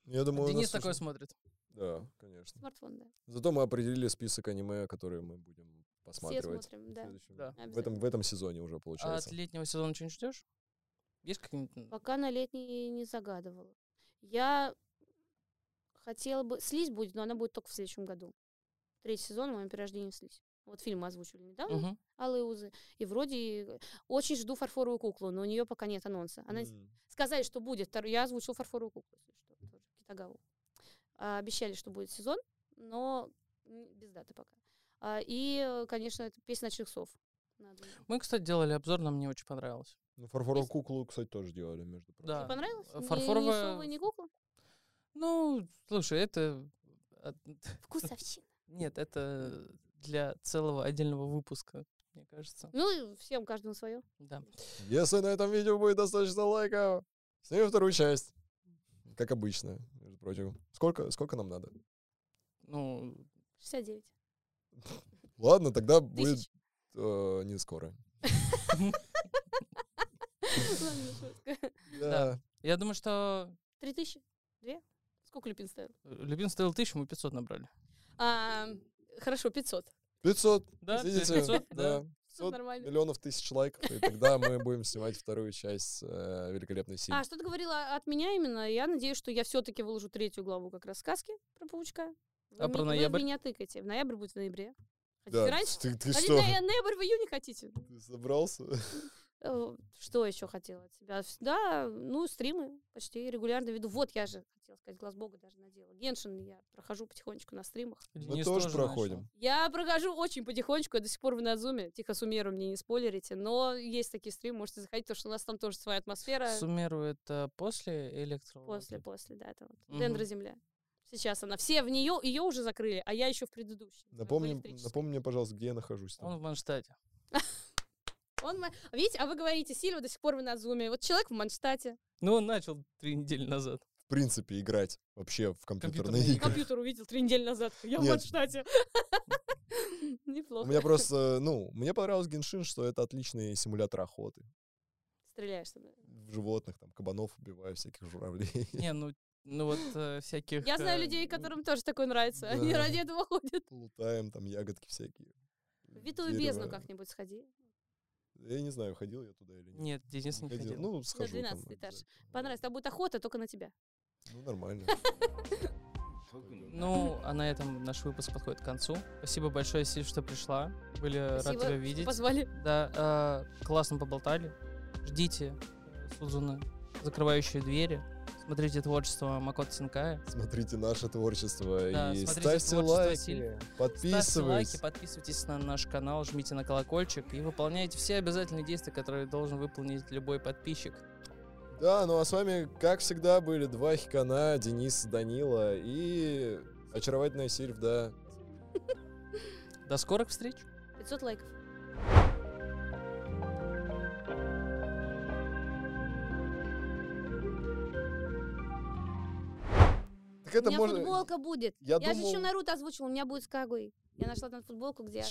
Speaker 4: Я думаю, у нас
Speaker 5: Денис
Speaker 4: уже-
Speaker 5: такой смотрит. А
Speaker 4: Да, конечно.
Speaker 2: Смартфон, да.
Speaker 4: Зато мы определили список аниме, которые мы будем
Speaker 2: Все
Speaker 4: посматривать.
Speaker 2: смотрим, да.
Speaker 4: в следующем-
Speaker 5: Да.
Speaker 4: В этом, в этом сезоне уже
Speaker 5: А от
Speaker 4: получается.
Speaker 5: летнего сезона что-нибудь ждешь? Есть какие-нибудь? м,
Speaker 2: Пока на летний не загадывала. Я хотела бы... Слизь будет, но она будет только в следующем году. Третий сезон, моем перерождении слизь. Вот фильм мы озвучивали недавно,
Speaker 5: Мгм.
Speaker 2: Алые узы. И вроде и очень жду фарфоровую куклу, но у нее пока нет анонса. Она
Speaker 4: М.
Speaker 2: сказали, что будет. втор- Я озвучил фарфоровую куклу, если что, тоже, Китагаву. А, обещали, что будет сезон, но м, без даты пока. А, и, э, конечно, это песня ночных сов. Надо.
Speaker 5: Мы, кстати, делали обзор, нам не очень понравилось.
Speaker 4: Ну, фарфоровую
Speaker 2: Есть-
Speaker 4: куклу, кстати, тоже делали, между прочим.
Speaker 5: Да.
Speaker 2: Понравилось?
Speaker 5: Э,
Speaker 2: Ни-
Speaker 5: фарфоровая-
Speaker 2: Ни, совы, ни кукла?
Speaker 5: Ну, слушай, это... от-
Speaker 3: Вкусовщина.
Speaker 5: Нет, это для целого отдельного выпуска, мне кажется.
Speaker 2: Ну, и всем, каждому свое.
Speaker 5: Да.
Speaker 4: Если на этом видео будет достаточно лайков, снимем вторую часть. Как обычно, между прочим. Сколько, сколько нам надо?
Speaker 5: Ну,
Speaker 2: 69.
Speaker 4: Ладно, тогда будет
Speaker 2: Тысяч.
Speaker 4: э, не скоро.
Speaker 2: (laughs) Ладно, шутка.
Speaker 5: Да. я думаю, что э,
Speaker 2: Три тысячи? Две? Сколько Люпин ставил?
Speaker 5: Любин стоил тысячу, мы 500 набрали.
Speaker 2: А, хорошо, 500.
Speaker 4: 500.
Speaker 5: Да, (laughs)
Speaker 4: видите,
Speaker 5: 500,
Speaker 4: (laughs)
Speaker 5: да.
Speaker 4: да.
Speaker 2: 500
Speaker 4: 500
Speaker 2: нормально.
Speaker 4: миллионов тысяч лайков, и тогда мы будем снимать вторую часть э, «Великолепной семьи».
Speaker 2: А, что ты говорила от меня именно? Я надеюсь, что я все-таки выложу третью главу как раз сказки про паучка. Вы
Speaker 5: А
Speaker 2: ми-
Speaker 5: про ноябрь?
Speaker 2: Вы в меня тыкайте. В ноябрь будет в ноябре. Хотите
Speaker 4: Да.
Speaker 2: раньше?
Speaker 4: Ты, ты
Speaker 2: Хотите
Speaker 4: что,
Speaker 2: на- ноябрь, в июне хотите?
Speaker 4: ты собрался?
Speaker 2: Э, Что еще хотела от себя? Вс- Да, ну, стримы почти регулярно веду. Вот я же хотела сказать, глаз бога даже надела. Геншин я прохожу потихонечку на стримах.
Speaker 4: Мы
Speaker 5: Денис
Speaker 4: тоже
Speaker 5: начал.
Speaker 4: проходим.
Speaker 2: Я прохожу очень потихонечку, я до сих пор в Надзуме. Тихо, Сумеру мне не спойлерите, но есть такие стримы, можете заходить, потому что у нас там тоже своя атмосфера.
Speaker 5: Суммеру это э, после электро?
Speaker 2: После, после, да, это вот.
Speaker 5: Мгм.
Speaker 2: Дендро Земля. Сейчас она. Все в нее, ее уже закрыли, а я еще в предыдущей. Мы в
Speaker 4: Напомни,
Speaker 2: электрической.
Speaker 4: напомни мне, пожалуйста, где я нахожусь. там.
Speaker 5: Он в Манштате.
Speaker 2: Он ма- Видите, а вы говорите, Сильва до сих пор в Надзуме. Вот человек в
Speaker 4: (laughs)
Speaker 2: Манштате.
Speaker 5: Ну, он начал три недели назад.
Speaker 4: В принципе, играть вообще в компьютерные
Speaker 5: Компьютерные
Speaker 4: игры.
Speaker 2: Компьютер увидел три недели назад. Я в
Speaker 4: Нет.
Speaker 2: Манштате. (laughs)
Speaker 4: У
Speaker 2: Неплохо.
Speaker 4: меня просто, ну, мне понравилось Геншин, что это отличный симулятор охоты.
Speaker 2: Стреляешь. там, да.
Speaker 4: (laughs)
Speaker 2: (laughs)
Speaker 4: В животных, там, кабанов убиваю, всяких журавлей. (laughs)
Speaker 5: Не, ну ну вот э, всяких...
Speaker 2: Я знаю
Speaker 5: э,
Speaker 2: людей, которым тоже такое нравится. Они
Speaker 4: Да.
Speaker 2: ради этого ходят.
Speaker 4: Лутаем там ягодки всякие.
Speaker 2: В Витую
Speaker 4: дерево.
Speaker 2: бездну как-нибудь сходи.
Speaker 4: Я не знаю, ходил я туда или нет.
Speaker 5: Нет, Денис не ходил.
Speaker 4: Ну, схожу там.
Speaker 2: 12 этаж.
Speaker 4: обязательно.
Speaker 2: Понравится. Там будет охота только на тебя.
Speaker 4: Ну,
Speaker 2: (laughs)
Speaker 4: нормально.
Speaker 5: Ну, а на этом наш выпуск подходит к концу. Спасибо большое, Силь, что пришла. Были
Speaker 2: Спасибо,
Speaker 5: рады тебя
Speaker 2: что
Speaker 5: видеть.
Speaker 2: Позвали.
Speaker 5: Да, э, классно поболтали. Ждите э, Сузуны, закрывающие двери. Смотрите творчество Макото Синкая.
Speaker 4: Смотрите наше творчество
Speaker 5: Да,
Speaker 4: и
Speaker 5: смотрите
Speaker 4: ставьте
Speaker 5: творчество
Speaker 4: лайки,
Speaker 5: Сильвы. Ставьте
Speaker 4: подписывайтесь.
Speaker 5: лайки, подписывайтесь на наш канал, жмите на колокольчик и выполняйте все обязательные действия, которые должен выполнить любой подписчик.
Speaker 4: Да, ну а с вами, как всегда, были два хикана, Денис, Данила и очаровательная Сильв, да.
Speaker 5: До скорых встреч!
Speaker 2: 500 лайков.
Speaker 4: Так это
Speaker 2: у меня
Speaker 4: можно...
Speaker 2: футболка будет.
Speaker 4: Я
Speaker 2: Я, же еще
Speaker 4: думал-
Speaker 2: Наруто озвучила, у меня будет с Кагой. Я нашла там футболку, где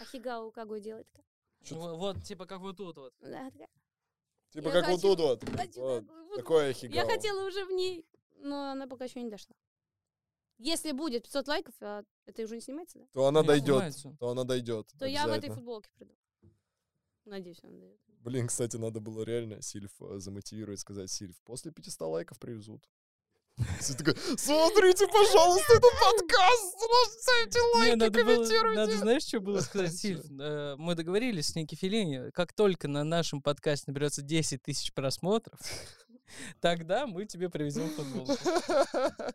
Speaker 2: Ахигау Кагой делает. такая.
Speaker 4: Чё
Speaker 5: Ну, вот, типа как вот тут вот.
Speaker 2: Да, такая.
Speaker 4: Типа
Speaker 2: Я
Speaker 4: как
Speaker 2: хочу-
Speaker 4: у Дуду.
Speaker 2: хочу
Speaker 4: Вот,
Speaker 2: такую футболку.
Speaker 4: Такое
Speaker 2: Я
Speaker 4: хигао.
Speaker 2: хотела уже в ней, но она пока еще не дошла. Если будет 500 лайков, а это уже не снимается, да?
Speaker 4: То она
Speaker 5: Не
Speaker 4: дойдет.
Speaker 5: снимается.
Speaker 4: То она дойдет.
Speaker 2: То я в этой
Speaker 4: обязательно.
Speaker 2: футболке приду. Надеюсь, она дойдет.
Speaker 4: Блин, кстати, надо было реально Сильф э, замотивировать, сказать, Сильф, после 500 лайков привезут. (laughs) Все такое, смотрите, пожалуйста, это подкаст, ставьте
Speaker 5: Не,
Speaker 4: лайки,
Speaker 5: надо, было, надо,
Speaker 4: комментируйте.
Speaker 5: знаешь, что было сказать,
Speaker 4: Чё?
Speaker 5: Сильв? Э, Мы договорились с Ники Филини, как только на нашем подкасте наберется 10 тысяч просмотров, тогда мы тебе привезем футболку.
Speaker 4: (laughs)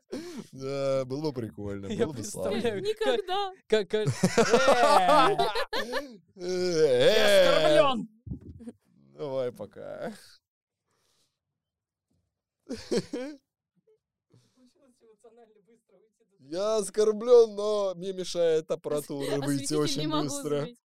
Speaker 4: Да, было бы прикольно,
Speaker 5: Я
Speaker 4: было бы славно.
Speaker 5: представляю, как-
Speaker 2: Никогда!
Speaker 5: как... как- Э, я
Speaker 4: Э,
Speaker 5: оскорблен!
Speaker 4: Давай, пока. (laughs) Я оскорблен, но мне мешает аппаратура выйти
Speaker 2: Осветитель
Speaker 4: очень
Speaker 2: не могу
Speaker 4: быстро.
Speaker 2: сбить.